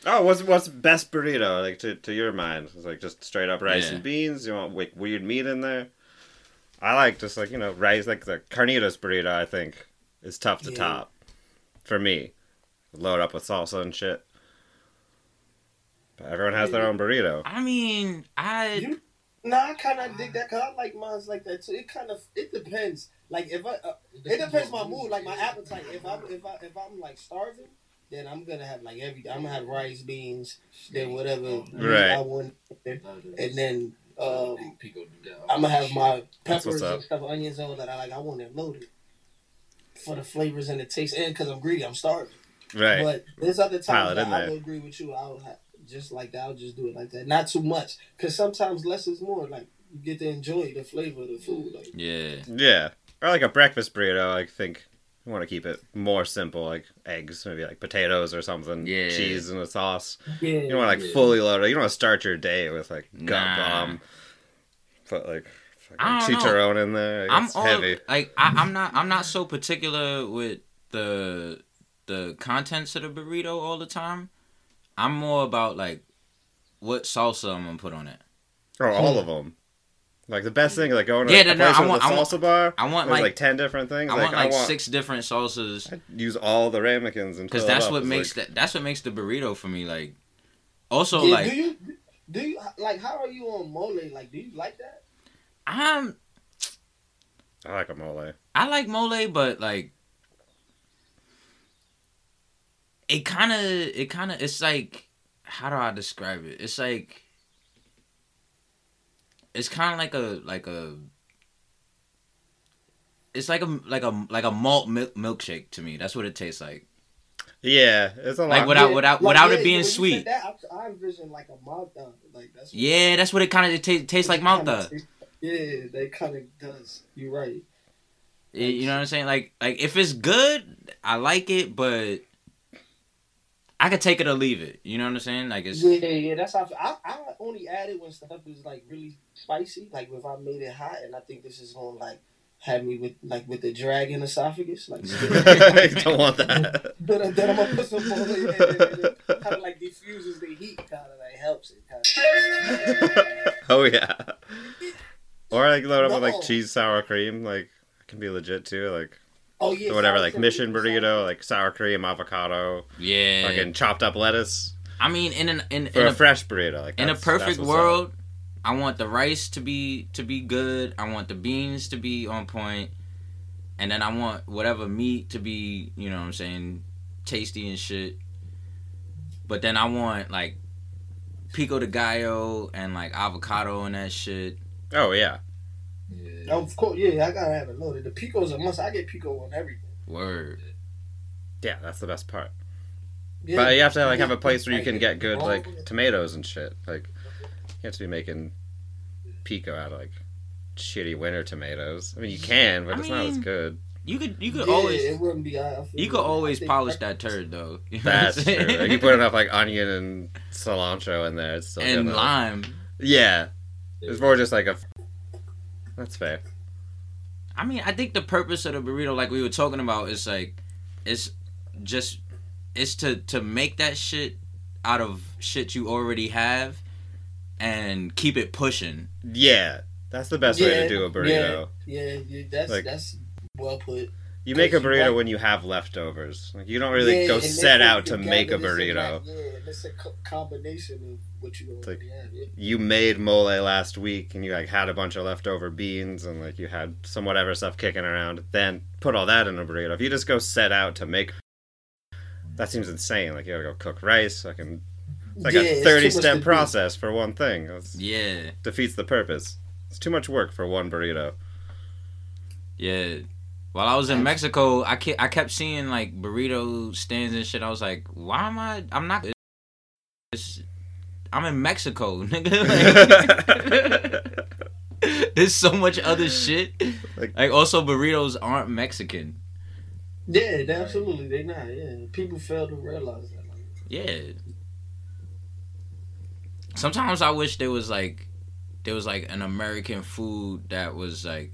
Oh, what's what's best burrito like to, to your mind? It's like just straight up rice
Yeah.
and beans. You want like weird meat in there? I like just like you know rice like the carnitas burrito. I think is tough to
Yeah.
top for me. Load up with salsa and shit. But everyone has their own burrito.
I mean, I
You- Nah, I kind of dig that because I like mine's like that too. It kind of it depends. Like if I, uh, it depends my mood, like my appetite. If I'm if I if I'm like starving, then I'm gonna have like every I'm gonna have rice, beans, then whatever meat I
Right.
want, and
uh,
then um,
Pico de Gallo.
I'm gonna have my
That's what's
peppers and
up.
stuff, onions, all that. I like. I want it loaded for the flavors and the taste, and because I'm greedy, I'm starving.
Right.
But there's other
Pile it
times that
in
I
there.
will agree with you. I'll ha- just like that. I'll just do it like that. Not too much, because sometimes less is more. Like you get to enjoy the flavor of the food. Like
yeah.
Yeah. Or like a breakfast burrito. I think you want to keep it more simple, like eggs, maybe like potatoes or something,
Yeah.
cheese and a sauce.
yeah,
You don't want to like fully loaded. You don't want to start your day with like gut
Nah.
bomb. Put like
I don't know.
chicharron in there.
I'm
It's
all
heavy.
like I, I'm not I'm not so particular with the the contents of the burrito all the time. I'm more about like what salsa I'm gonna put on it.
Or Oh, all
Hmm.
of them. Like the best thing, like going to
Yeah,
a
no,
place
no, I
with
want-
a
I want-
salsa bar.
I want,
there's
like-
like ten different things.
I
like,
want like six different salsas
I'd use all the ramekins and
because
fill it
that's
up.
what
It's
makes
like,
that that's what makes the burrito for me. Like also
yeah,
like
do you do you like how are you on mole? Like, do you like that?
I'm
I like a mole.
I like mole, but like it kind of it kind of it's like how do I describe it? It's like it's kind of like a like a it's like a like a like a malt milk milkshake to me. That's what it tastes like.
Yeah, it's a lot.
Like without
Yeah,
without
like,
without
yeah,
it
when
being
you said
sweet.
That, I, I envision like a malta. Like that's what-
Yeah, that's what it kind of it ta- tastes like Malta.
Yeah, they kind of does. You're right.
Y- You know what I'm saying? Like like if it's good, I like it, but I could take it or leave it. You know what I'm saying? Like it's
Yeah, yeah, that's how I, I only add it when stuff is like really spicy. Like if I made it hot, and I think this is gonna like have me with like with the dragon esophagus. Like
don't want that.
then, then I'm gonna put some mole in it. Kind of like diffuses the heat, kind of like helps it. Kind
oh yeah. Or like load up with
No.
like cheese sour cream. Like it can be legit too. Like
Oh yeah,
whatever.
sour
Like
cream.
mission
Sour-
burrito. Like sour cream, avocado,
Yeah.
fucking chopped up lettuce.
I mean, in an in
Or
in
a,
a,
fresh burrito. Like
in a
that's- that's
perfect
what's up.
world, I want the rice to be to be good. I want the beans to be on point, and then I want whatever meat to be, you know, what I'm saying, tasty and shit. But then I want like pico de gallo and like avocado and that shit.
Oh yeah.
Of course, yeah, I gotta have it loaded. The pico's a must. I get pico on everything.
Word.
Yeah, that's the best part. But you have to like have a place where you can get good like tomatoes and shit. Like you have to be making pico out of like shitty winter tomatoes. I mean you can, but
I
it's not as
mean-
good.
You could you could
Yeah,
always
it wouldn't be. I- I feel
you could
I
always
think-
polish that turd though. You know what I'm
That's true.
saying?
Like you put enough like onion and cilantro in there, it's still
and
gonna-
lime.
Yeah, it's more just like a. That's fair.
I mean, I think the purpose of the burrito, like we were talking about, is like, it's just, it's to to make that shit out of shit you already have, and keep it pushing.
Yeah, that's the best way to do a burrito.
Yeah, yeah, yeah, that's
Like-
that's well put.
You make a
Because you
burrito
want-
when you have leftovers. Like you don't really
Yeah,
go
and they
set
put
out to
together
make a
this and that,
burrito.
Yeah, and it's a co- combination of what you
like-
already have. Yeah.
you made mole last week and you like had a bunch of leftover beans and like you had some whatever stuff kicking around then put all that in a burrito if you just go set out to make that seems insane like you gotta go cook rice I can it's like
Yeah,
a
it's
30
too much
step
to do.
process for one thing That's
Yeah,
defeats the purpose it's too much work for one burrito
yeah. While I was in Mexico, I ke- I kept seeing like burrito stands and shit. I was like, why am I? I'm not. It's, I'm in Mexico, nigga. Like, there's so much other shit.
Like-
like also burritos aren't Mexican.
Yeah, they, absolutely. They not. Yeah, people fail to realize that. Like,
Yeah. Sometimes I wish there was like there was like an American food that was like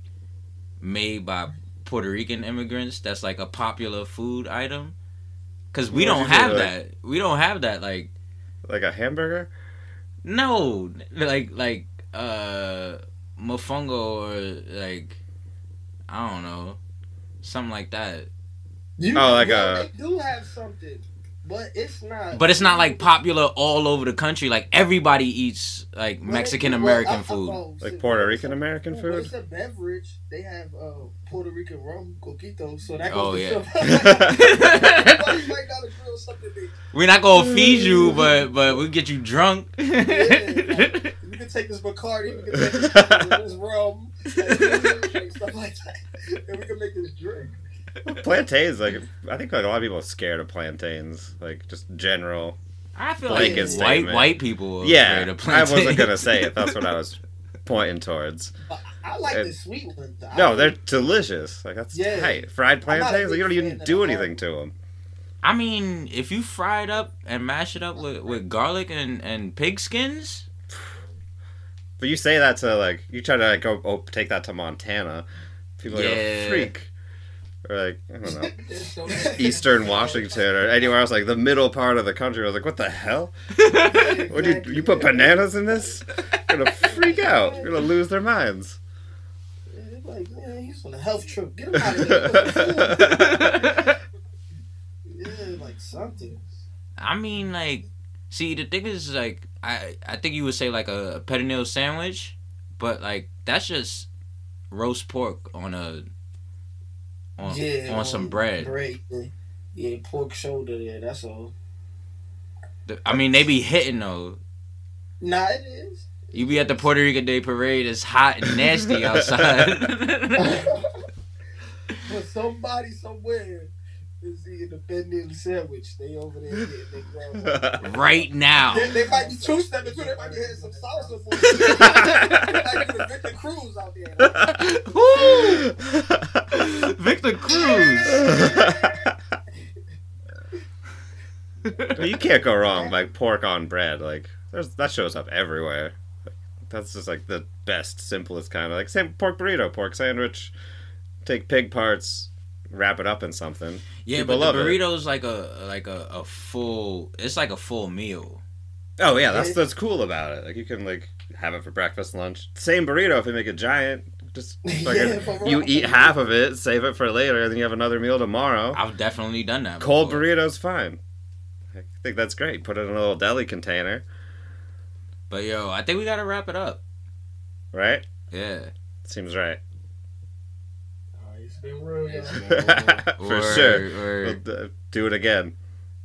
made by Puerto Rican immigrants that's like a popular food item. Cause we
What'd
don't
you do,
have
like-
that. We don't have that like
like a hamburger
no like like uh mofongo or like I don't know. Something like that.
you,
Oh, like
yeah,
a-
They do have something, but it's not.
But it's not like popular all over the country. Like everybody eats like
Well,
Mexican
well,
American
I- I-
food.
oh,
like
shit,
Puerto
well,
Rican American
Well,
food
It's a beverage. They have uh, Puerto Rican rum, coquito, so that
Oh,
goes
yeah.
to show. you might gotta grill something big.
We're not gonna feed you, but but we'll get you drunk.
like- You can take this Bacardi, you can take this, this rum, like, stuff like that, and we can make this drink.
plantains like I think like a lot of people are scared of plantains like just general
I feel like white
Blanket statement.
white people. are afraid
Yeah,
of
I wasn't
plantains.
gonna say it. That's what I was pointing towards.
But I like
And-
the sweet one. though.
No, they're delicious. Like that's
Yeah.
tight. Fried
I'm not a
plantains. Like, you don't
big
even
fan
do
of the
anything to them.
I mean, if you fry it up and mash it up with, with garlic and and pig skins,
But you say that to like you try to like, go oh, take that to Montana, people
Yeah.
go freak, or like I don't know
There's so
Eastern Washington or anywhere else like the middle part of the country. I was like, what the hell? What do you you put bananas in this? You're gonna freak out. You're gonna lose their minds.
It's Like, man, he's on a health trip. Get him out of here. yeah, like something.
I mean, like, see, the thing is, like, I I think you would say like a, a pettinale sandwich, but like that's just roast pork on a on
Yeah,
on some bread.
Bread. Yeah, pork shoulder. Yeah, that's all.
The- I mean, they be hitting though.
Nah, it is.
You be at the Puerto Rican Day Parade. It's hot and nasty outside.
But somebody somewhere is eating a bending sandwich. They over there getting their grandma.
right now.
They, they might be two stepping too. They might be having some salsa for you. they might be the Victor Cruz out there.
Woo! Victor Cruz.
But you can't go wrong like pork on bread. Like there's that shows up everywhere. That's just like the best, simplest kind of like same pork burrito, pork sandwich. Take pig parts, wrap it up in something.
Yeah,
People
but the
love it.
burrito's like a like a, a full. It's like a full meal.
Oh yeah, that's that's cool about it. Like you can like have it for breakfast, lunch. Same burrito if you make it giant. Just fucking,
Yeah, for real.
you eat half of it, save it for later, and then you have another meal tomorrow.
I've definitely done that.
Cold
before.
burrito's fine. I think that's great. Put it in a little deli container,
But yo, I think we gotta wrap it up.
right?
Yeah.
Seems right.
Alright, it's been real, y'all.
for sure. We'll
Word,
d- do it again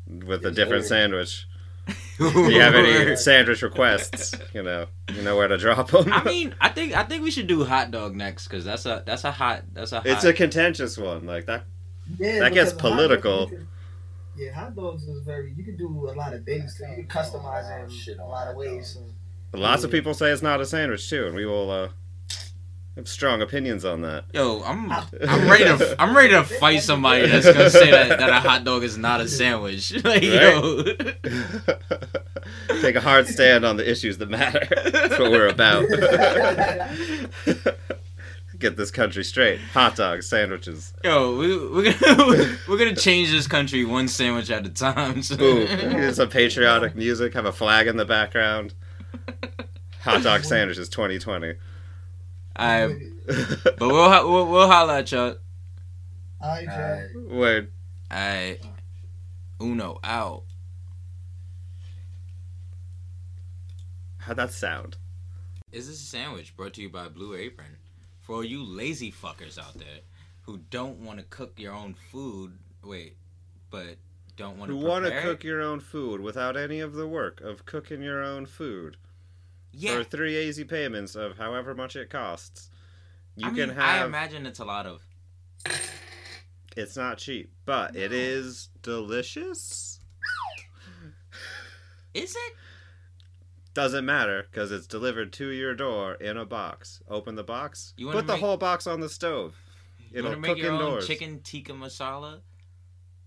with a
Yes,
different
sir.
sandwich.
word.
If you have any sandwich requests, you know, you know where to drop them.
I mean, I think I think we should do hot dog next because that's a that's a hot that's a hot.
it's a contentious one. Like that
Yeah,
That gets
because hot dogs,
political.
you can- yeah, hot dogs is very. You can do a lot of things. So you can customize it in
Shit
a
on
lot of
hot
ways. So.
But lots of people say it's not a sandwich too, and we will uh, have strong opinions on that.
yo. I'm
Ah.
I'm ready to I'm ready to fight somebody that's gonna say that, that a hot dog is not a sandwich. Like yo,
Take a hard stand on the issues that matter. That's what we're about. Get this country straight. Hot dogs, sandwiches.
yo, we, we're gonna we're gonna change this country one sandwich at a time. So.
Boom. Here's some patriotic music. Have a flag in the background. Hot dog sandwiches 2020.
I but we'll, ho- we'll we'll holla at y'all.
Alright, y'all.
Word.
I Uno out.
How'd that sound?
Is this a sandwich brought to you by Blue Apron? For all you lazy fuckers out there who don't want to cook your own food, wait, but don't want
You
to
want to
prepare
cook
it?
your own food without any of the work of cooking your own food.
Yeah,
for three easy payments of however much it costs. You
I
can
mean, I
have.
imagine it's a lot of.
it's not cheap, but it is delicious.
Is it?
Doesn't matter because it's delivered to your door in a box. Open the box.
You wanna
put the
make-
whole box on the stove.
You
It'll
want to make
cook
your
indoors.
own chicken tikka masala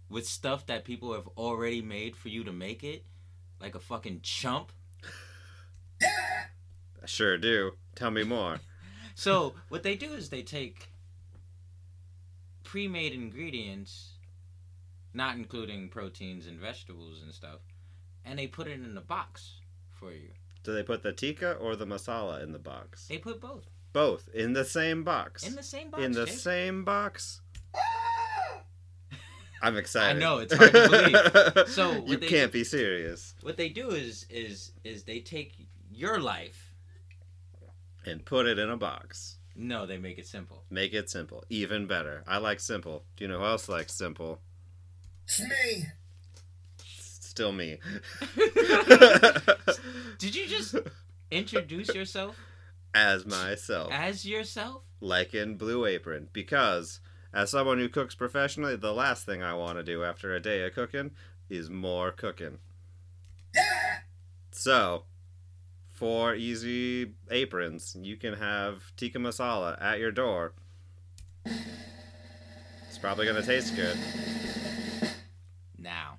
with stuff that people have already made for you to make it, like a fucking chump.
Sure do. Tell me more.
So what they do is they take pre-made ingredients, not including proteins and vegetables and stuff, and they put it in a box for you.
Do they put the tikka or the masala in the box?
They put both
Both in the same box.
in the same box.
In the
Jay.
same box. I'm excited.
know, it's hard to believe. So, what
you
they-
can't be serious.
What they do is is is they take your life.
and put it in a box.
No, they make it simple.
Make it simple. Even better. I like simple. Do you know who else likes simple?
It's me.
Still me.
Did you just introduce yourself
As myself.
as yourself?
Like in Blue Apron. Because, as someone who cooks professionally, the last thing I want to do after a day of cooking is more cooking. So, for easy aprons, you can have tikka masala at your door. It's probably going to taste good.
Now,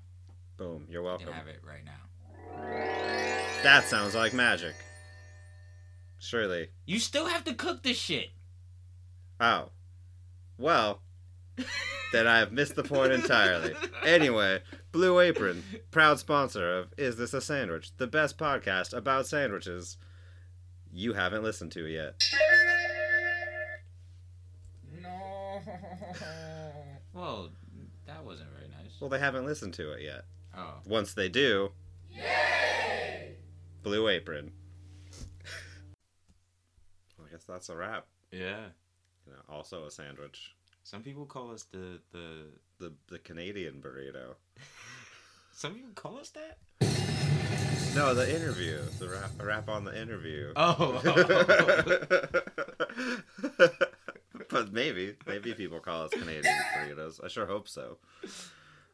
Boom. You're
you
welcome.
can have it right now.
That sounds like magic. surely.
You still have to cook this shit.
Oh. Well, then I have missed the point entirely. Anyway, Blue Apron, proud sponsor of Is This a Sandwich? The best podcast about sandwiches you haven't listened to yet.
No.
Well, that wasn't very nice.
Well, they haven't listened to it yet.
Oh.
Once they do, Blue Apron. Well, I guess that's a wrap.
Yeah.
You know, also a sandwich.
Some people call us the the.
The the Canadian burrito.
Some people call us that.
No, the interview. The rap, rap on the interview.
Oh.
but maybe, maybe people call us Canadian burritos. I sure hope so.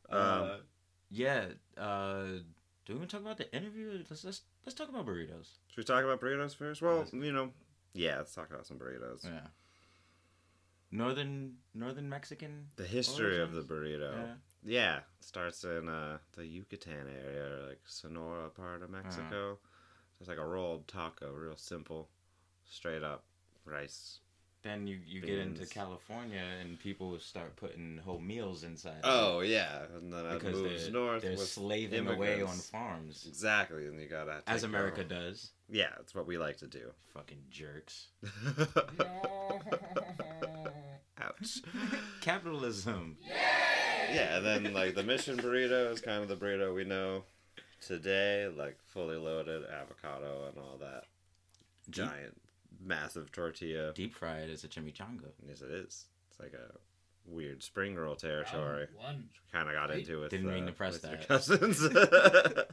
Um,
Uh, yeah. Uh, do we want to talk about the interview? Let's let's, let's talk about burritos.
should we talk about burritos first? Well, you know, yeah, let's talk about some burritos.
Yeah. Northern Northern Mexican.
The history of the
origins?
burrito.
Yeah.
yeah it starts in uh, the yucatan area or like sonora part of mexico
Uh-huh.
it's like a rolled taco real simple straight up rice
Then you, you get into
Beans.
California and people start putting whole meals inside.
oh yeah and then it
because
moves
they're,
north
they're
with
slaving away on
immigrants. uh,
farms,
exactly and you gotta
as
take
America
over.
does.
yeah it's what we like to do
Fucking jerks.
ouch
Capitalism.
yeah and then like the mission burrito is kind of the burrito we know today like fully loaded avocado and all that giant massive tortilla
Deep fried is a chimichanga.
Yes, it is. It's like a weird spring roll territory. Kind of got into with
Didn't
uh,
mean to press
with
that.
your cousins. it's
Oh,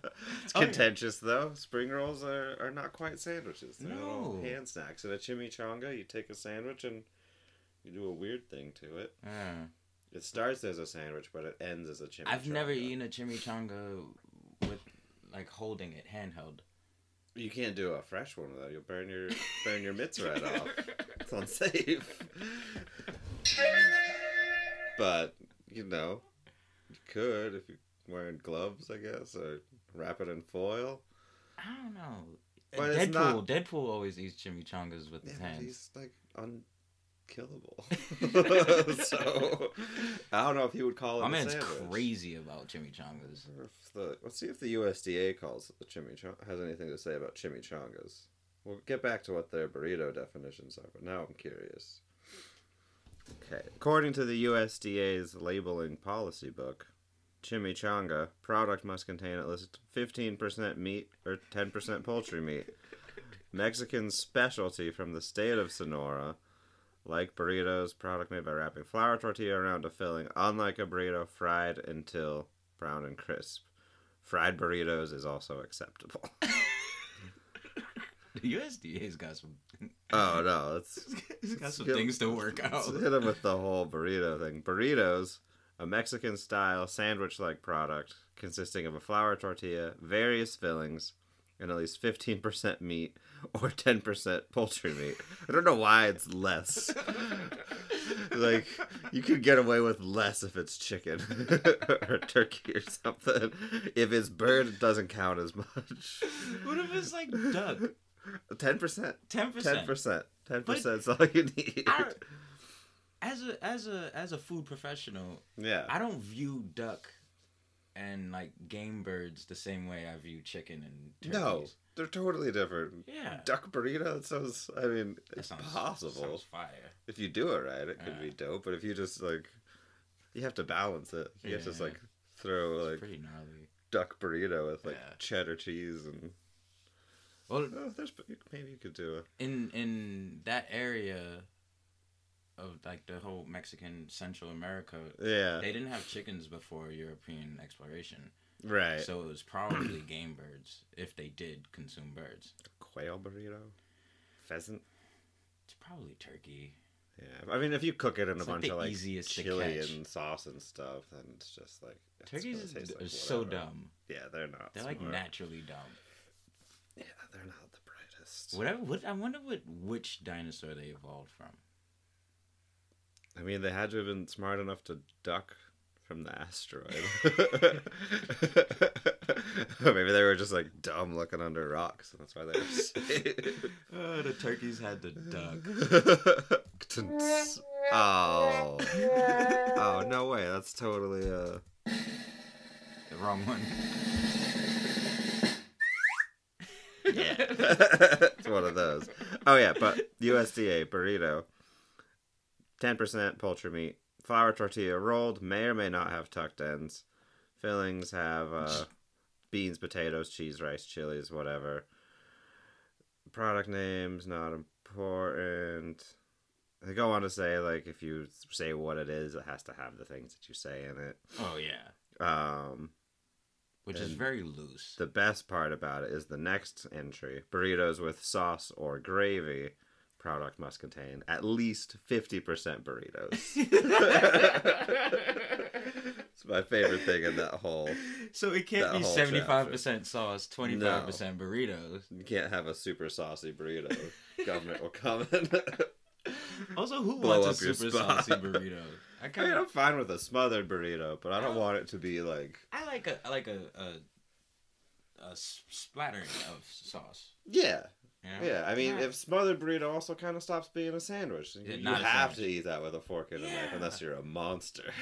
yeah.
contentious though. Spring rolls are, are not quite sandwiches. They're little
No.
hand snacks. And a chimichanga, you take a sandwich and you do a weird thing to it.
Yeah.
It starts as a sandwich, but it ends as a chimichanga.
I've never eaten a chimichanga with like holding it handheld.
You can't do a fresh one though. You'll burn your burn your mitts right off. It's unsafe. but you know, you could if you're wearing gloves, I guess, or wrap it in foil.
I don't know.
But it's
Deadpool.
not-
Deadpool always eats chimichangas with
Yeah,
his
but
hands.
he's like unkillable. so I don't know if he would call it.
My
a
man's
sandwich.
crazy about chimichangas.
Or if the- let's see if the USDA calls it a chimichanga has anything to say about chimichangas. We'll get back to what their burrito definitions are, but now I'm curious. Okay, according to the USDA's labeling policy book, chimichanga product must contain at least 15% meat or 10% poultry meat. Mexican specialty from the state of Sonora. Like burritos, product made by wrapping flour tortilla around a filling, unlike a burrito, fried until brown and crisp. Fried burritos is also acceptable.
The USDA's got some,
oh no, it's
it's got some
Skill-
things to work out.
Let's hit him with the whole burrito thing. Burritos, a Mexican style sandwich like product consisting of a flour tortilla, various fillings, and at least 15% meat or 10% poultry meat. I don't know why it's less. like, you could get away with less if it's chicken or turkey or something. If it's bird, it doesn't count as much.
What if it's like duck?
10%.
Ten percent.
10%. 10% is all you need.
As a as a as a food professional,
yeah.
I don't view duck and like game birds the same way I view chicken and
No,
turkeys.
they're totally different.
Yeah.
Duck burrito? That sounds, I mean,
That
it's
sounds-
possible.
Sounds fire.
If you do it right, it could
Yeah.
be dope, but if you just, like, you have to balance it. You have to just,
Yeah.
like, throw,
It's
like,
pretty gnarly.
duck burrito with, like,
Yeah.
cheddar cheese and.
Well,
Oh, there's maybe you could do a
in in that area of like the whole Mexican Central America,
yeah
they didn't have chickens before European exploration,
right
so it was probably game birds if they did consume birds.
quail burrito pheasant
It's probably turkey.
yeah I mean if you cook it in
It's
a
like
bunch
the
of like
easiest to
chili
catch.
and sauce and stuff then it's just like it's
Turkeys
gonna
is,
taste
are
like
so
whatever.
dumb.
yeah they're not
They're like
smart.
naturally dumb.
yeah they're not the brightest
What I, what, I wonder what which dinosaur they evolved from.
I mean, they had to have been smart enough to duck from the asteroid. Maybe they were just like dumb looking under rocks, and that's why they were saved.
Oh, the turkeys had the duck.
Tts. oh. Oh, no way. That's totally uh
The wrong one.
Yeah. it's one of those. Oh yeah, but USDA burrito. Ten percent poultry meat, flour tortilla rolled, may or may not have tucked ends. Fillings have uh, beans, potatoes, cheese, rice, chilies, whatever. Product names not important. They go on to say like if you say what it is, it has to have the things that you say in it.
Oh yeah.
Um,
Which is
And
very loose.
the best part about it is the next entry burritos with sauce or gravy. Product must contain at least 50% burritos. it's my favorite thing in that whole.
so it can't
that
be
whole
seventy five percent sauce, twenty five percent burritos.
You can't have a super saucy burrito. Government will come in.
Also, who
Blow
wants
up your
a super
spot.
saucy burrito? I
I mean,
kind
I'm
of
fine with a smothered burrito, but I don't want it to be like.
I like a I like a a, a s- splattering of sauce.
Yeah.
You know?
Yeah, I mean,
Yeah.
if smothered burrito also kind of stops being a sandwich,
Yeah,
you
not a
have to
sandwich.
eat that with a fork and a knife
Yeah.
unless you're a monster.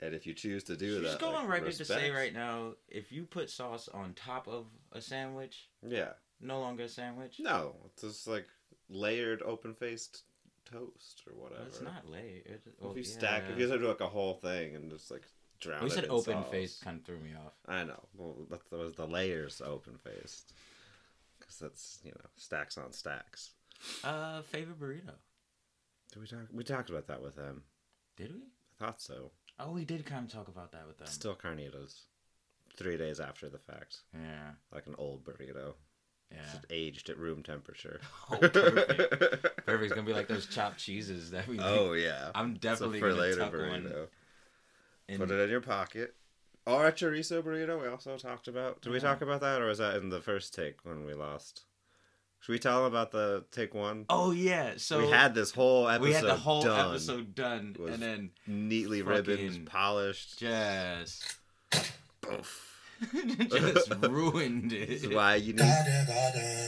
And if you choose to do
She's
that,
going
like,
on record to say
respect.
right now, if you put sauce on top of a sandwich,
Yeah,
no longer a sandwich.
no, it's just like layered open-faced toast or whatever.
Well, it's not late. It, well,
if you stack,
yeah.
if you just do like a whole thing and just like drown
we
it
said
in
open
sauce.
face kind of threw me off.
I know. Well, that that was the layers open-faced because that's you know stacks on stacks.
Uh, favorite burrito?
Did we talk? We talked about that with them.
Did we?
I thought so.
Oh, we did kind of talk about that with them.
Still carnitas. Three days after the fact,
Yeah,
like an old burrito,
yeah.
It's aged at room temperature.
Oh, perfect. perfect. It's gonna be like those chopped cheeses that we.
oh yeah,
I'm
It's a
definitely
for
gonna
later
tuck
burrito.
one. In,
Put it in your pocket. Or a chorizo burrito. We also talked about. Did we talk about that, or was that in the first take when we lost? Should we tell them about the take one?
oh yeah, so
we had this whole episode.
we had the whole
done,
episode done,
Was-
and then
neatly
fucking-
ribboned, polished.
just. just ruined
This is
it.
why you need.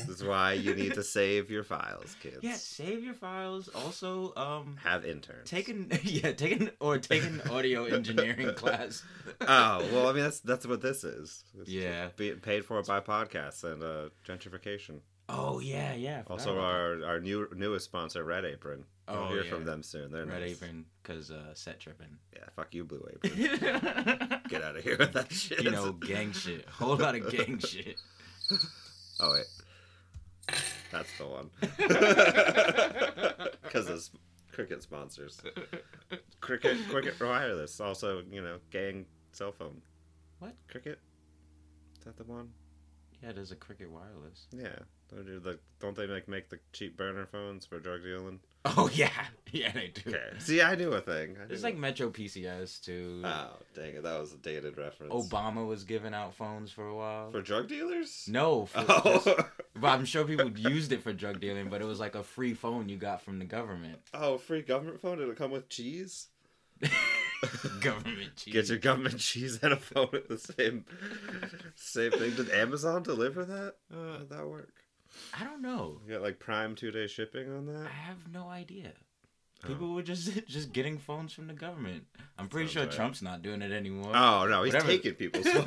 this is why you need to save your files, kids.
Yeah, save your files. Also, um,
Have interns.
take an yeah, take an or take an audio engineering class.
oh well, I mean that's that's what this is. It's
Yeah.
being paid for by podcasts and uh, gentrification.
Oh yeah, yeah. I forgot
Also,
about
our our new newest sponsor, Red Apron.
Oh,
You'll hear
yeah.
from them soon. They're
that. Red
nice.
Apron because uh, set tripping.
Yeah, fuck you, Blue Apron. Get out of here with that shit.
you know, gang shit. Whole lot of gang shit.
Oh wait, that's the one. Because of sp- cricket sponsors. Cricket, cricket wireless. Also, you know, gang cell phone.
What?
Cricket? Is that the one?
Yeah, there's a cricket wireless.
Yeah. Don't do the. Don't they like make the cheap burner phones for drug dealing?
Oh yeah, yeah they do.
Okay. See, I knew a thing. I
There's
knew-
like Metro PCS too.
Oh dang it! That was a dated reference.
Obama was giving out phones for a while.
for drug dealers?
no, for, just-
Oh.
but I'm sure people used it for drug dealing. But it was like a free phone you got from the government.
oh, free government phone. Did it come with cheese?
government cheese.
Get your government cheese and a phone at the same same thing. Did Amazon deliver that? How would Uh, that work?
I don't know.
You got like prime two day shipping on
I
that?
have no idea.
Oh.
People were just just getting phones from the government. I'm pretty
Sounds
sure
right.
Trump's not doing it anymore.
Oh no, he's
Whatever.
taking people's phones.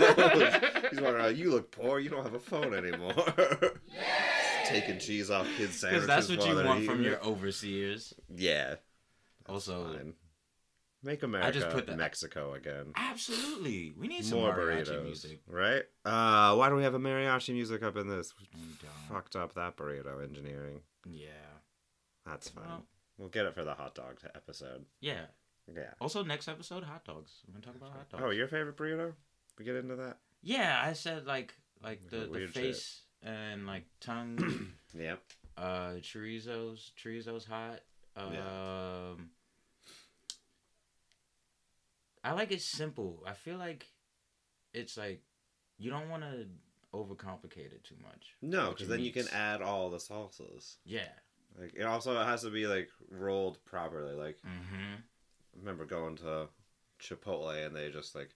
he's wondering, oh, you look poor. You don't have a phone anymore. taking cheese off
Because
kids' sandwiches.
that's what
while
you
they're
want
eating
from your
it.
overseers.
Yeah.
Also,
Fine. Make America
just put that-
Mexico again.
absolutely, we need some
More
mariachi
burritos,
music.
right? Uh, why do we have a mariachi music up in this?
We don't.
Fucked up that burrito engineering.
Yeah,
That's fine.
Well-
we'll get it for the hot dog t- episode.
yeah.
Yeah.
Also, next episode, hot dogs. We're gonna talk about hot dogs.
Oh, your favorite burrito? We get into that.
yeah. I said like like the, the
Weird shit.
face and like tongue,
Yep.
uh, chorizos, chorizos hot. Um, I like it simple. I feel like it's like you don't want to overcomplicate it too much.
No,
What
because
you
then you
need.
can add all the salsas.
Yeah.
Like it also has to be like rolled properly. Like
Mm-hmm.
I remember going to Chipotle and they just like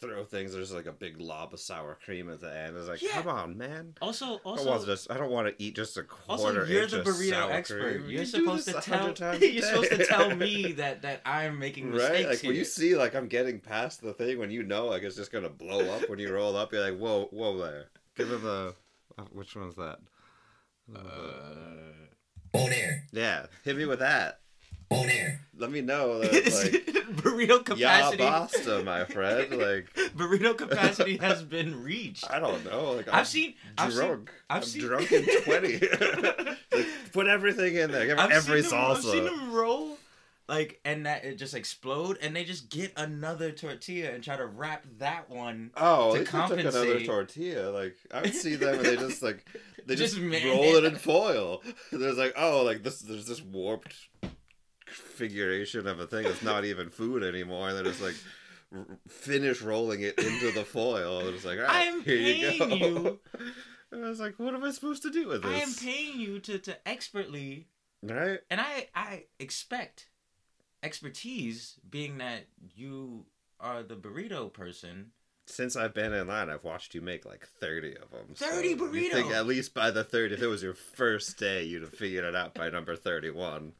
throw things. There's like a big lob of sour cream at the end. It's like, come on, man.
Also,
I don't want
also,
this. I don't want to eat just a quarter
also, you're
inch
the
of
burrito
sour
expert.
cream.
You're
You do
supposed
this
to
100
tell.
times a
You're supposed to
day.
tell me that that I'm making mistakes
Right, like
here.
when you see, like I'm getting past the thing when you know, like it's just gonna blow up when you roll up. You're like, whoa, whoa there. Give it the, uh, which one's that?
Uh,
On air.
Yeah, hit me with that.
On air.
Let me know that, like,
burrito
ya
capacity.
basta, my friend. Like,
burrito capacity has been reached.
I don't know. Like, I'm
I've seen I've seen-
drunk.
I've
I'm
seen-
drunk in twenty. like, put everything in there. Give me
I've
every
seen them,
salsa.
I've seen them roll, like, and that it just explode, and they just get another tortilla and try to wrap that one.
Oh,
to
they just took another
compensate.
tortilla. Like I would see them, and they just like they just,
Just man-
roll it in foil. There's like oh, like this. There's this warped configuration of a thing that's not even food anymore. And they're just like r- finish rolling it into the foil. And it's like all right,
I'm
here you go.
paying you.
And I was like, what am I supposed to do with
I am
this?
paying you to to expertly,
right?
and I I expect expertise, being that you are the burrito person.
Since I've been in line, I've watched you make like thirty of them.
30
You think
burrito?
at least by the third, if it was your first day, you'd have figured it out by number thirty-one.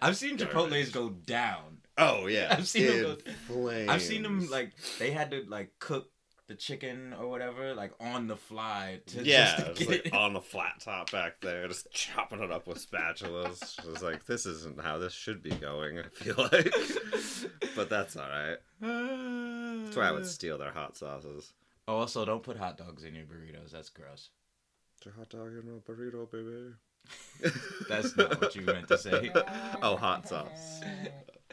I've seen Chipotle's
Garbage.
go down.
Oh yeah,
I've seen them
In flames.
I've seen them like they had to like cook the chicken or whatever like on the fly to
yeah,
just to
just,
get
like
it.
on a flat top back there, just chopping it up with spatulas. I was like, this isn't how this should be going. I feel like, but that's all right. oh. That's why I
Uh.
would steal their hot sauces.
Oh, Also, don't put hot dogs in your burritos. That's gross.
It's a hot dog and a burrito, baby.
That's not what you meant to say.
oh, hot sauce.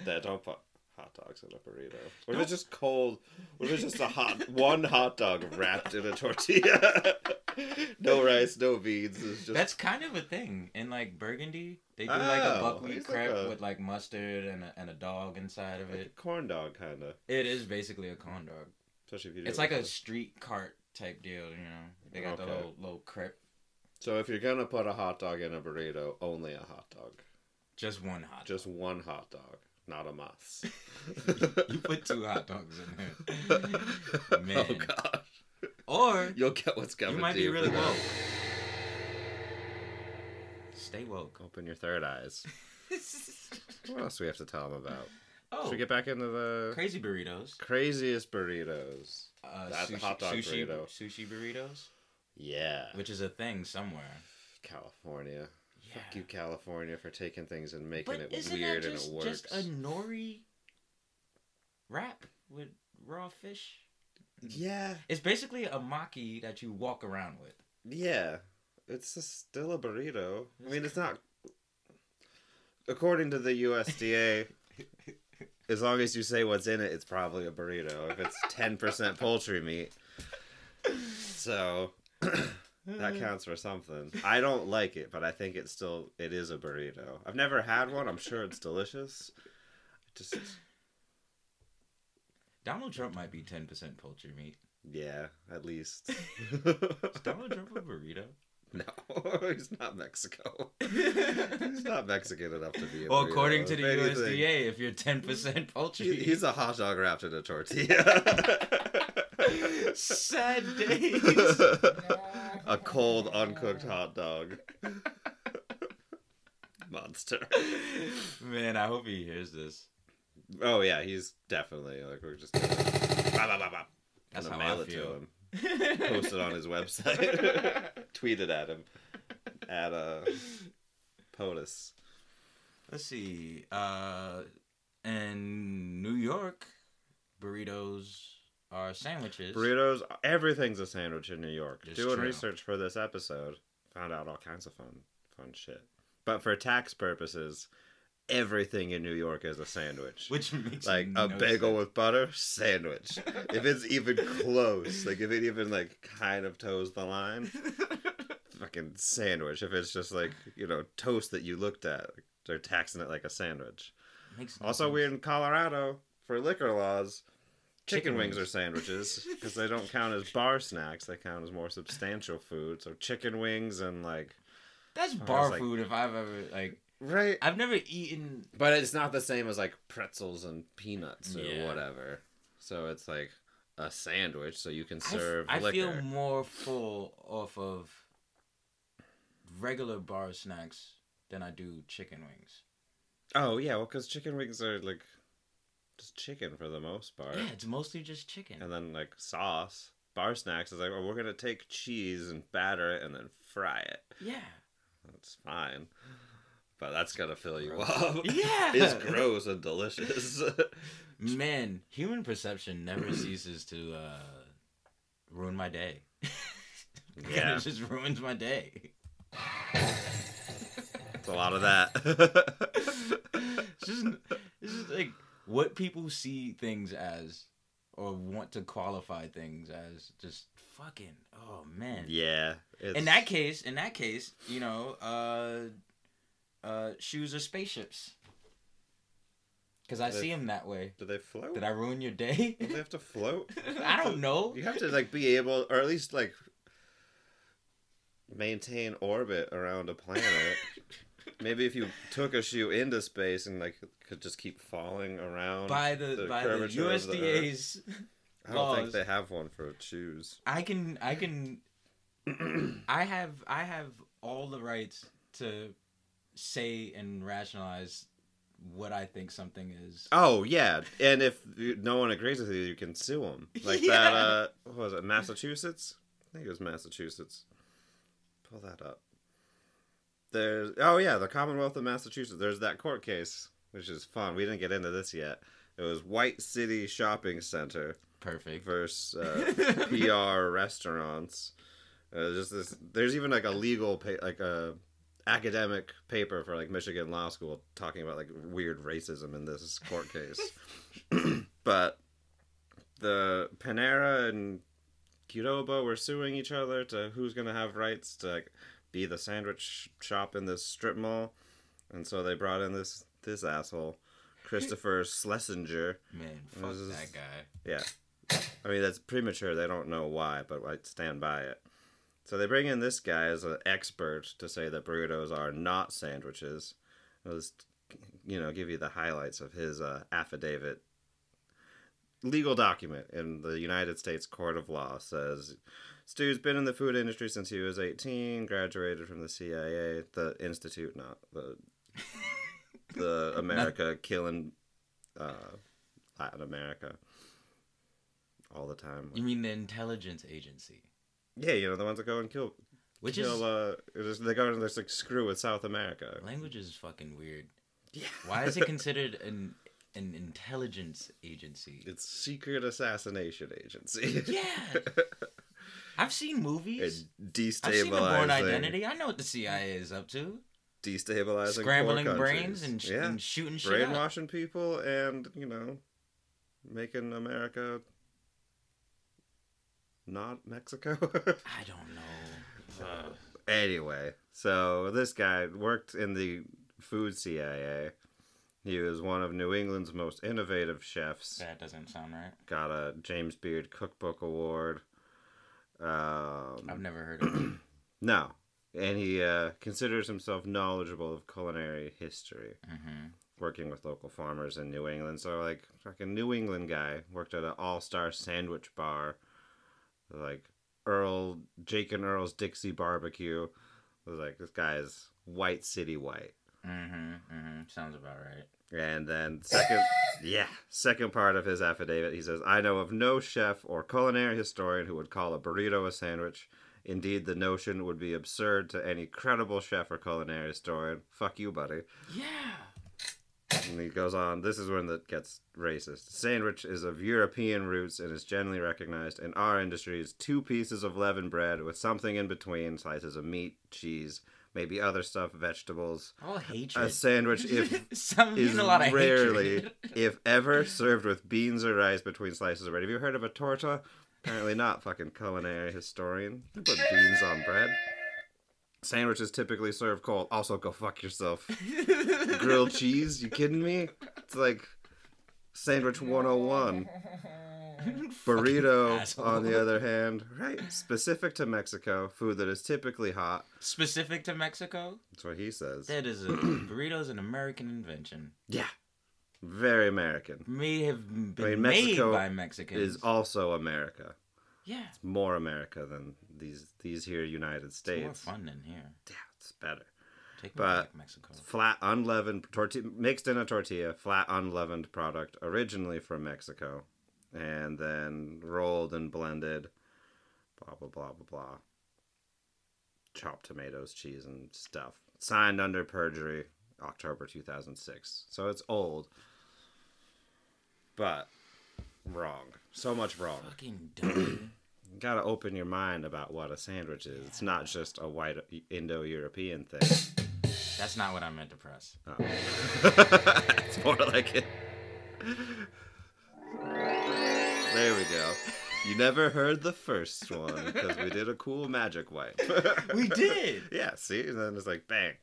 Yeah, don't put hot dogs in a burrito. What if it's just cold? What if it's just a hot one hot dog wrapped in a tortilla? no rice, no beans. It's just
That's kind of a thing in like Burgundy. They do like a
Oh,
buckwheat
it's like
crepe
a-
with like mustard and a, and a dog inside of
like a
it.
corn dog kind of.
It is basically a corn dog.
Especially if you do
It's
it
like a
with-
street cart type deal. You know, they got the
Okay.
little little crepe.
So if you're gonna put a hot dog in a burrito, only a hot dog,
Just one hot.
just one hot dog, not a mas.
dog. you put two hot dogs in there, Man.
Oh god,
or
you'll get what's coming.
you might
to
be
you
really
for that.
woke. Stay woke.
Open your third eyes. What else do we have to tell them about?
oh,
Should we get back into the
crazy burritos.
craziest burritos?
Uh,
That's a
sushi,
hot dog
sushi,
burrito.
sushi burritos,
Yeah,
which is a thing somewhere.
California.
Yeah.
Fuck you, California, for taking things and making
But
it
isn't
weird
that just,
and it works.
just a nori wrap with raw fish?
Yeah,
It's basically a maki that you walk around with.
Yeah, it's just still a burrito. I mean, it's not. According to the USDA, as long as you say what's in it, it's probably a burrito. If it's ten percent poultry meat, so
Mm-hmm.
that counts for something. I don't like it, but I think it's still it is a burrito. I've never had one. I'm sure it's delicious. Just
Donald Trump might be 10% poultry meat.
yeah, at least
Is Donald Trump a burrito?
no, he's not Mexico. He's not Mexican enough to be. A
well,
burrito,
according to
if
the
anything.
USDA, if you're 10% poultry,
He- he's a hot dog wrapped in a tortilla.
sad days.
a cold, uncooked hot dog. Monster.
Man, I hope he hears this.
Oh yeah, he's definitely like we're just gonna, bop, bop, bop, bop.
That's
Gonna
how I
mail it to
feel.
him. Post it on his website. Tweet it at him. At uh, POTUS.
Let's see. Uh, in New York, burritos are sandwiches.
Burritos, everything's a sandwich in New York.
It's
Doing
true.
research for this episode, found out all kinds of fun, fun shit. But for tax purposes, everything in New York is a sandwich.
which makes
like
no
a bagel
sense.
with butter sandwich. if it's even close, like if it even like kind of toes the line, fucking sandwich. If it's just like you know toast that you looked at, they're taxing it like a sandwich.
Makes no
Also,
sense.
we're in Colorado for liquor laws. Chicken,
Chicken
wings.
wings.
are sandwiches because they don't count as bar snacks. They count as more substantial food. So chicken wings and like
That's
was
bar
Oh, like-
food if I've ever like
Right.
I've never eaten.
But it's not the same as like pretzels and peanuts or
Yeah.
whatever. So it's like a sandwich, so you can
I f-
serve
I,
liquor.
feel more full off of regular bar snacks than I do chicken wings.
Oh yeah, well, because chicken wings are like just chicken for the most part,
Yeah, it's mostly just chicken.
and then like sauce. Bar snacks is like, oh, we're gonna take cheese and batter it and then fry it.
Yeah.
That's fine, but that's gonna fill you up.
Yeah.
it's gross and delicious.
Man, human perception never ceases to uh, ruin my day.
Yeah.
it just ruins my day.
it's a lot of that.
It's just, it's just like what people see things as or want to qualify things as just fucking oh man.
yeah. It's...
In that case, in that case, you know, uh uh shoes are spaceships. Cuz I
They-
see them that way.
do they float?
Did I ruin your day?
Do they have to float?
I don't know.
You have to like be able, or at least like maintain orbit around a planet. Maybe if you took a shoe into space and like could just keep falling around
By the, by the
curvature of the Earth.
USDA's
I don't think
laws.
they have one for shoes.
I can I can I have I have all the rights to say and rationalize what I think something is.
Oh yeah, and if you, no one agrees with you, you can sue them. Like
Yeah.
that. Uh, what was it? Massachusetts? I think it was Massachusetts. Pull that up. There's oh yeah, the Commonwealth of Massachusetts. There's that court case, which is fun. We didn't get into this yet. It was White City Shopping Center
Perfect.
versus uh, PR restaurants. Uh, just this. There's even like a legal, pa- like a academic paper for like Michigan law school talking about like weird racism in this court case. but the Panera and Qdoba were suing each other to who's gonna have rights to like, be the sandwich shop in this strip mall, and so they brought in this this asshole, Christopher Schlesinger.
Man,
It
fuck
was just-
that guy.
yeah. I mean, that's premature. They don't know why, but I stand by it. So they bring in this guy as an expert to say that burritos are not sandwiches. I'll just, you know, give you the highlights of his uh, affidavit. Legal document in the United States Court of Law says Stu's been in the food industry since he was 18, graduated from the CIA, the Institute, not the, the America killing uh, Latin America all the time.
You mean the intelligence agency?
Yeah, you know the ones that go and kill,
Which
kill.
is
Uh, it is- they go and just like screw with South America.
language is fucking weird.
Yeah.
Why is it considered an an intelligence agency?
It's secret assassination agency.
Yeah. I've seen
It
movies.
destabilizing,
I've seen the Born Identity. I know what the CIA is up to.
destabilizing, poor
Scrambling
countries.
brains and, sh-
yeah,
and shooting shit. up.
brainwashing people and you know, making America not Mexico.
I don't know.
Anyway, so this guy worked in the food CIA. He was one of New England's most innovative chefs.
That doesn't sound right.
Got a James Beard Cookbook Award.
I've
Um,
never heard of it.
no, and he uh, considers himself knowledgeable of culinary history,
Mm-hmm.
working with local farmers in New England. So like, fucking New England guy worked at an All Star sandwich bar, like Earl Jake and Earl's Dixie Barbecue. It was like this guy's white city white.
Mm-hmm. Mm-hmm. Sounds about right.
And then second, yeah, second part of his affidavit, he says, "I know of no chef or culinary historian who would call a burrito a sandwich. Indeed, the notion would be absurd to any credible chef or culinary historian. Fuck you, buddy."
Yeah.
And he goes on. This is when that gets racist. Sandwich is of European roots and is generally recognized in our industry as two pieces of leavened bread with something in between, slices of meat, cheese, maybe other stuff, vegetables.
All
A
hatred.
sandwich, if
Some
is
a lot of
rarely,
hatred.
if ever, served with beans or rice between slices of bread. Have you heard of a torta? Apparently not, fucking culinary historian. You put beans on bread. Sandwiches typically serve cold. Also, go fuck yourself. Grilled cheese? You kidding me? It's like sandwich 101. Burrito, on the other hand, right, specific to Mexico, food that is typically hot.
Specific to Mexico?
That's what he says.
That is a burrito's an American invention.
Yeah. Very American.
May have been
I mean,
made
Mexico
by Mexicans.
is also America.
yeah.
It's more America than these these here United
It's more
States.
fun than here.
Yeah, it's better.
Take me
But
back, Mexico.
flat unleavened tortilla mixed in a tortilla, flat unleavened product originally from Mexico, and then rolled and blended, blah blah blah blah blah. Chopped tomatoes, cheese, and stuff. Signed under perjury, October two thousand six. So it's old, but wrong. So much wrong.
Fucking dummy.
You gotta open your mind about what a sandwich is. It's not just a white Indo-European thing.
That's not what I meant to press.
Oh. it's more like it. There we go. You never heard the first one because we did a cool magic wipe.
We did.
yeah, see? And then it's like bang.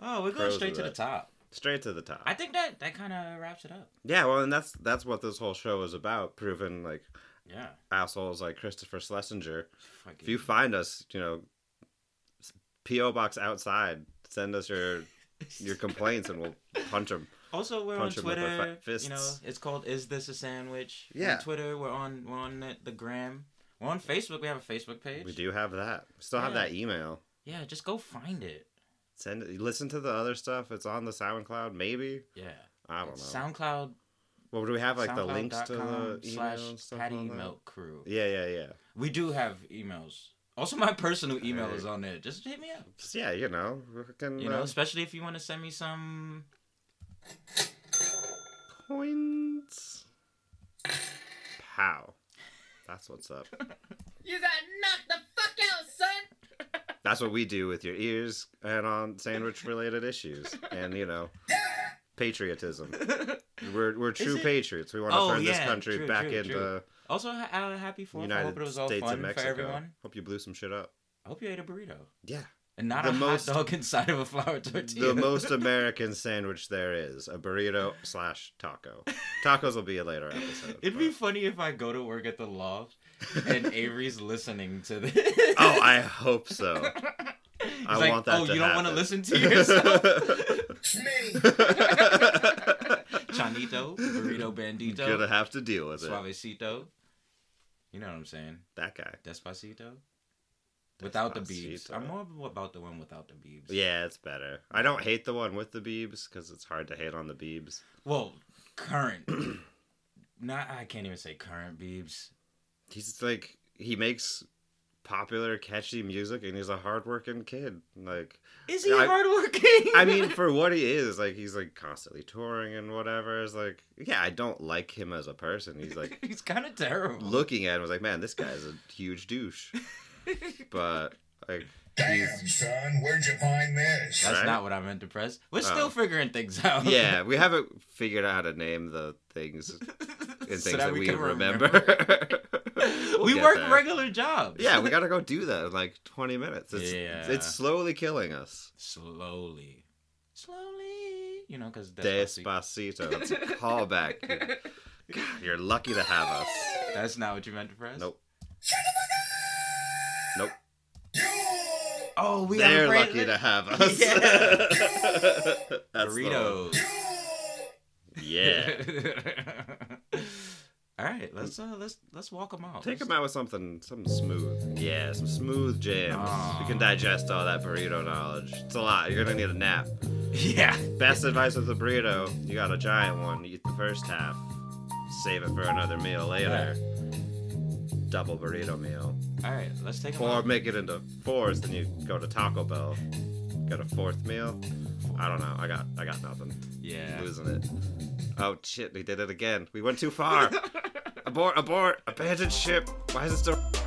Oh, we're going
Pros
straight
of
to the
that.
top.
Straight to the top.
I think that that kind of wraps it up.
yeah, well and that's that's what this whole show is about, proving like
Yeah.
assholes like Christopher Schlesinger.
Fucking-
If you find us, you know s- P.O. box outside, send us your your complaints and we'll punch them.
Also, we're on
punch 'em with our
Twitter.
fi-
you know,
fists.
it's called "Is This a Sandwich?" We're
Yeah.
on Twitter, we're on we're on the, the gram. We're on Facebook. We have a Facebook page.
We do have that. We still have
Yeah.
that email.
Yeah, just go find it.
Send it. Listen to the other stuff. It's on the SoundCloud, maybe.
Yeah.
I don't know.
SoundCloud.
well, do we have like the
SoundCloud.com
links to the email
slash
and stuff
Patty
on that?
Milk Crew.
Yeah, yeah, yeah.
We do have emails. Also, my personal email
Hey.
is on there. Just hit me up.
Just, yeah, you know, we can,
You
uh,
know, especially if you want to send me some.
coins. Pow. That's what's up.
You got knocked the fuck out, son.
That's what we do with your ears and on sandwich-related issues, and you know, patriotism. We're we're true
it-
patriots. We want to
Oh,
turn this
yeah,
country
true,
back
true,
into.
true. Also, ha- uh, happy Fourth. I hope it
United
was all
States of
fun for
Mexico.
everyone.
Hope you blew some shit up.
I hope you ate a burrito
Yeah.
and not
The
a
most-
hot dog inside of a flour tortilla.
The most American sandwich there is a burrito slash taco. Tacos will be a later episode.
It'd be
but-
funny if I go to work at the loft and Avery's listening to this.
Oh, I hope so. I
like,
want that.
"Oh,
to
you don't wanna
happen."
listen to yourself?" Chanito, burrito
You're gonna
bandito,
have to deal with it.
suavecito. You know what I'm saying?
That guy.
Despacito. Without the beebs.
Despacito.
I'm more about the one without the beebs.
Yeah, it's better. I don't hate the one with the beebs because it's hard to hate on the beebs.
Well, current. Not I can't even say current beebs.
He's like he makes popular, catchy music, and he's a hardworking kid. Like
Is he
I-
hardworking?
I mean, for what he is, like he's like constantly touring and whatever. It's like, yeah, I don't like him as a person. He's like
he's kind of terrible.
looking at him, I was like, man, this guy's a huge douche. But like, he's
son, where'd you find this?
That's
right? Oh.
not what I meant to press. We're still figuring things out.
yeah, we haven't figured out how to name the things and things
that
that,
we
we,
can
remember. We'll
we
get
work
there.
regular jobs.
Yeah, we gotta go do that in like 20 minutes. It's
Yeah.
it's slowly killing us.
Slowly. Slowly. You know, because
Despacito. It's a callback. God, you're lucky to have us.
That's not what you meant to press?
Nope. Nope.
Oh, we have
They're
a great
lucky
li-
to have us.
Yeah.
That's the one.
Burritos.
Yeah.
All right, let's uh, let's let's walk them out.
Take
Let's-
them out with something, something smooth. Yeah, some smooth jams. You can digest all that burrito knowledge. It's a lot. You're gonna need a nap.
Yeah.
Best advice with the burrito: you got a giant one. Eat the first half. Save it for another meal later. Double burrito meal.
All right, let's take them
Or
out.
make it into fours, then you go to Taco Bell. Got a fourth meal. I don't know. I got I got nothing.
Yeah.
Losing it. Oh shit! We did it again. We went too far. abort! Abort! Abandoned ship. Why is it still?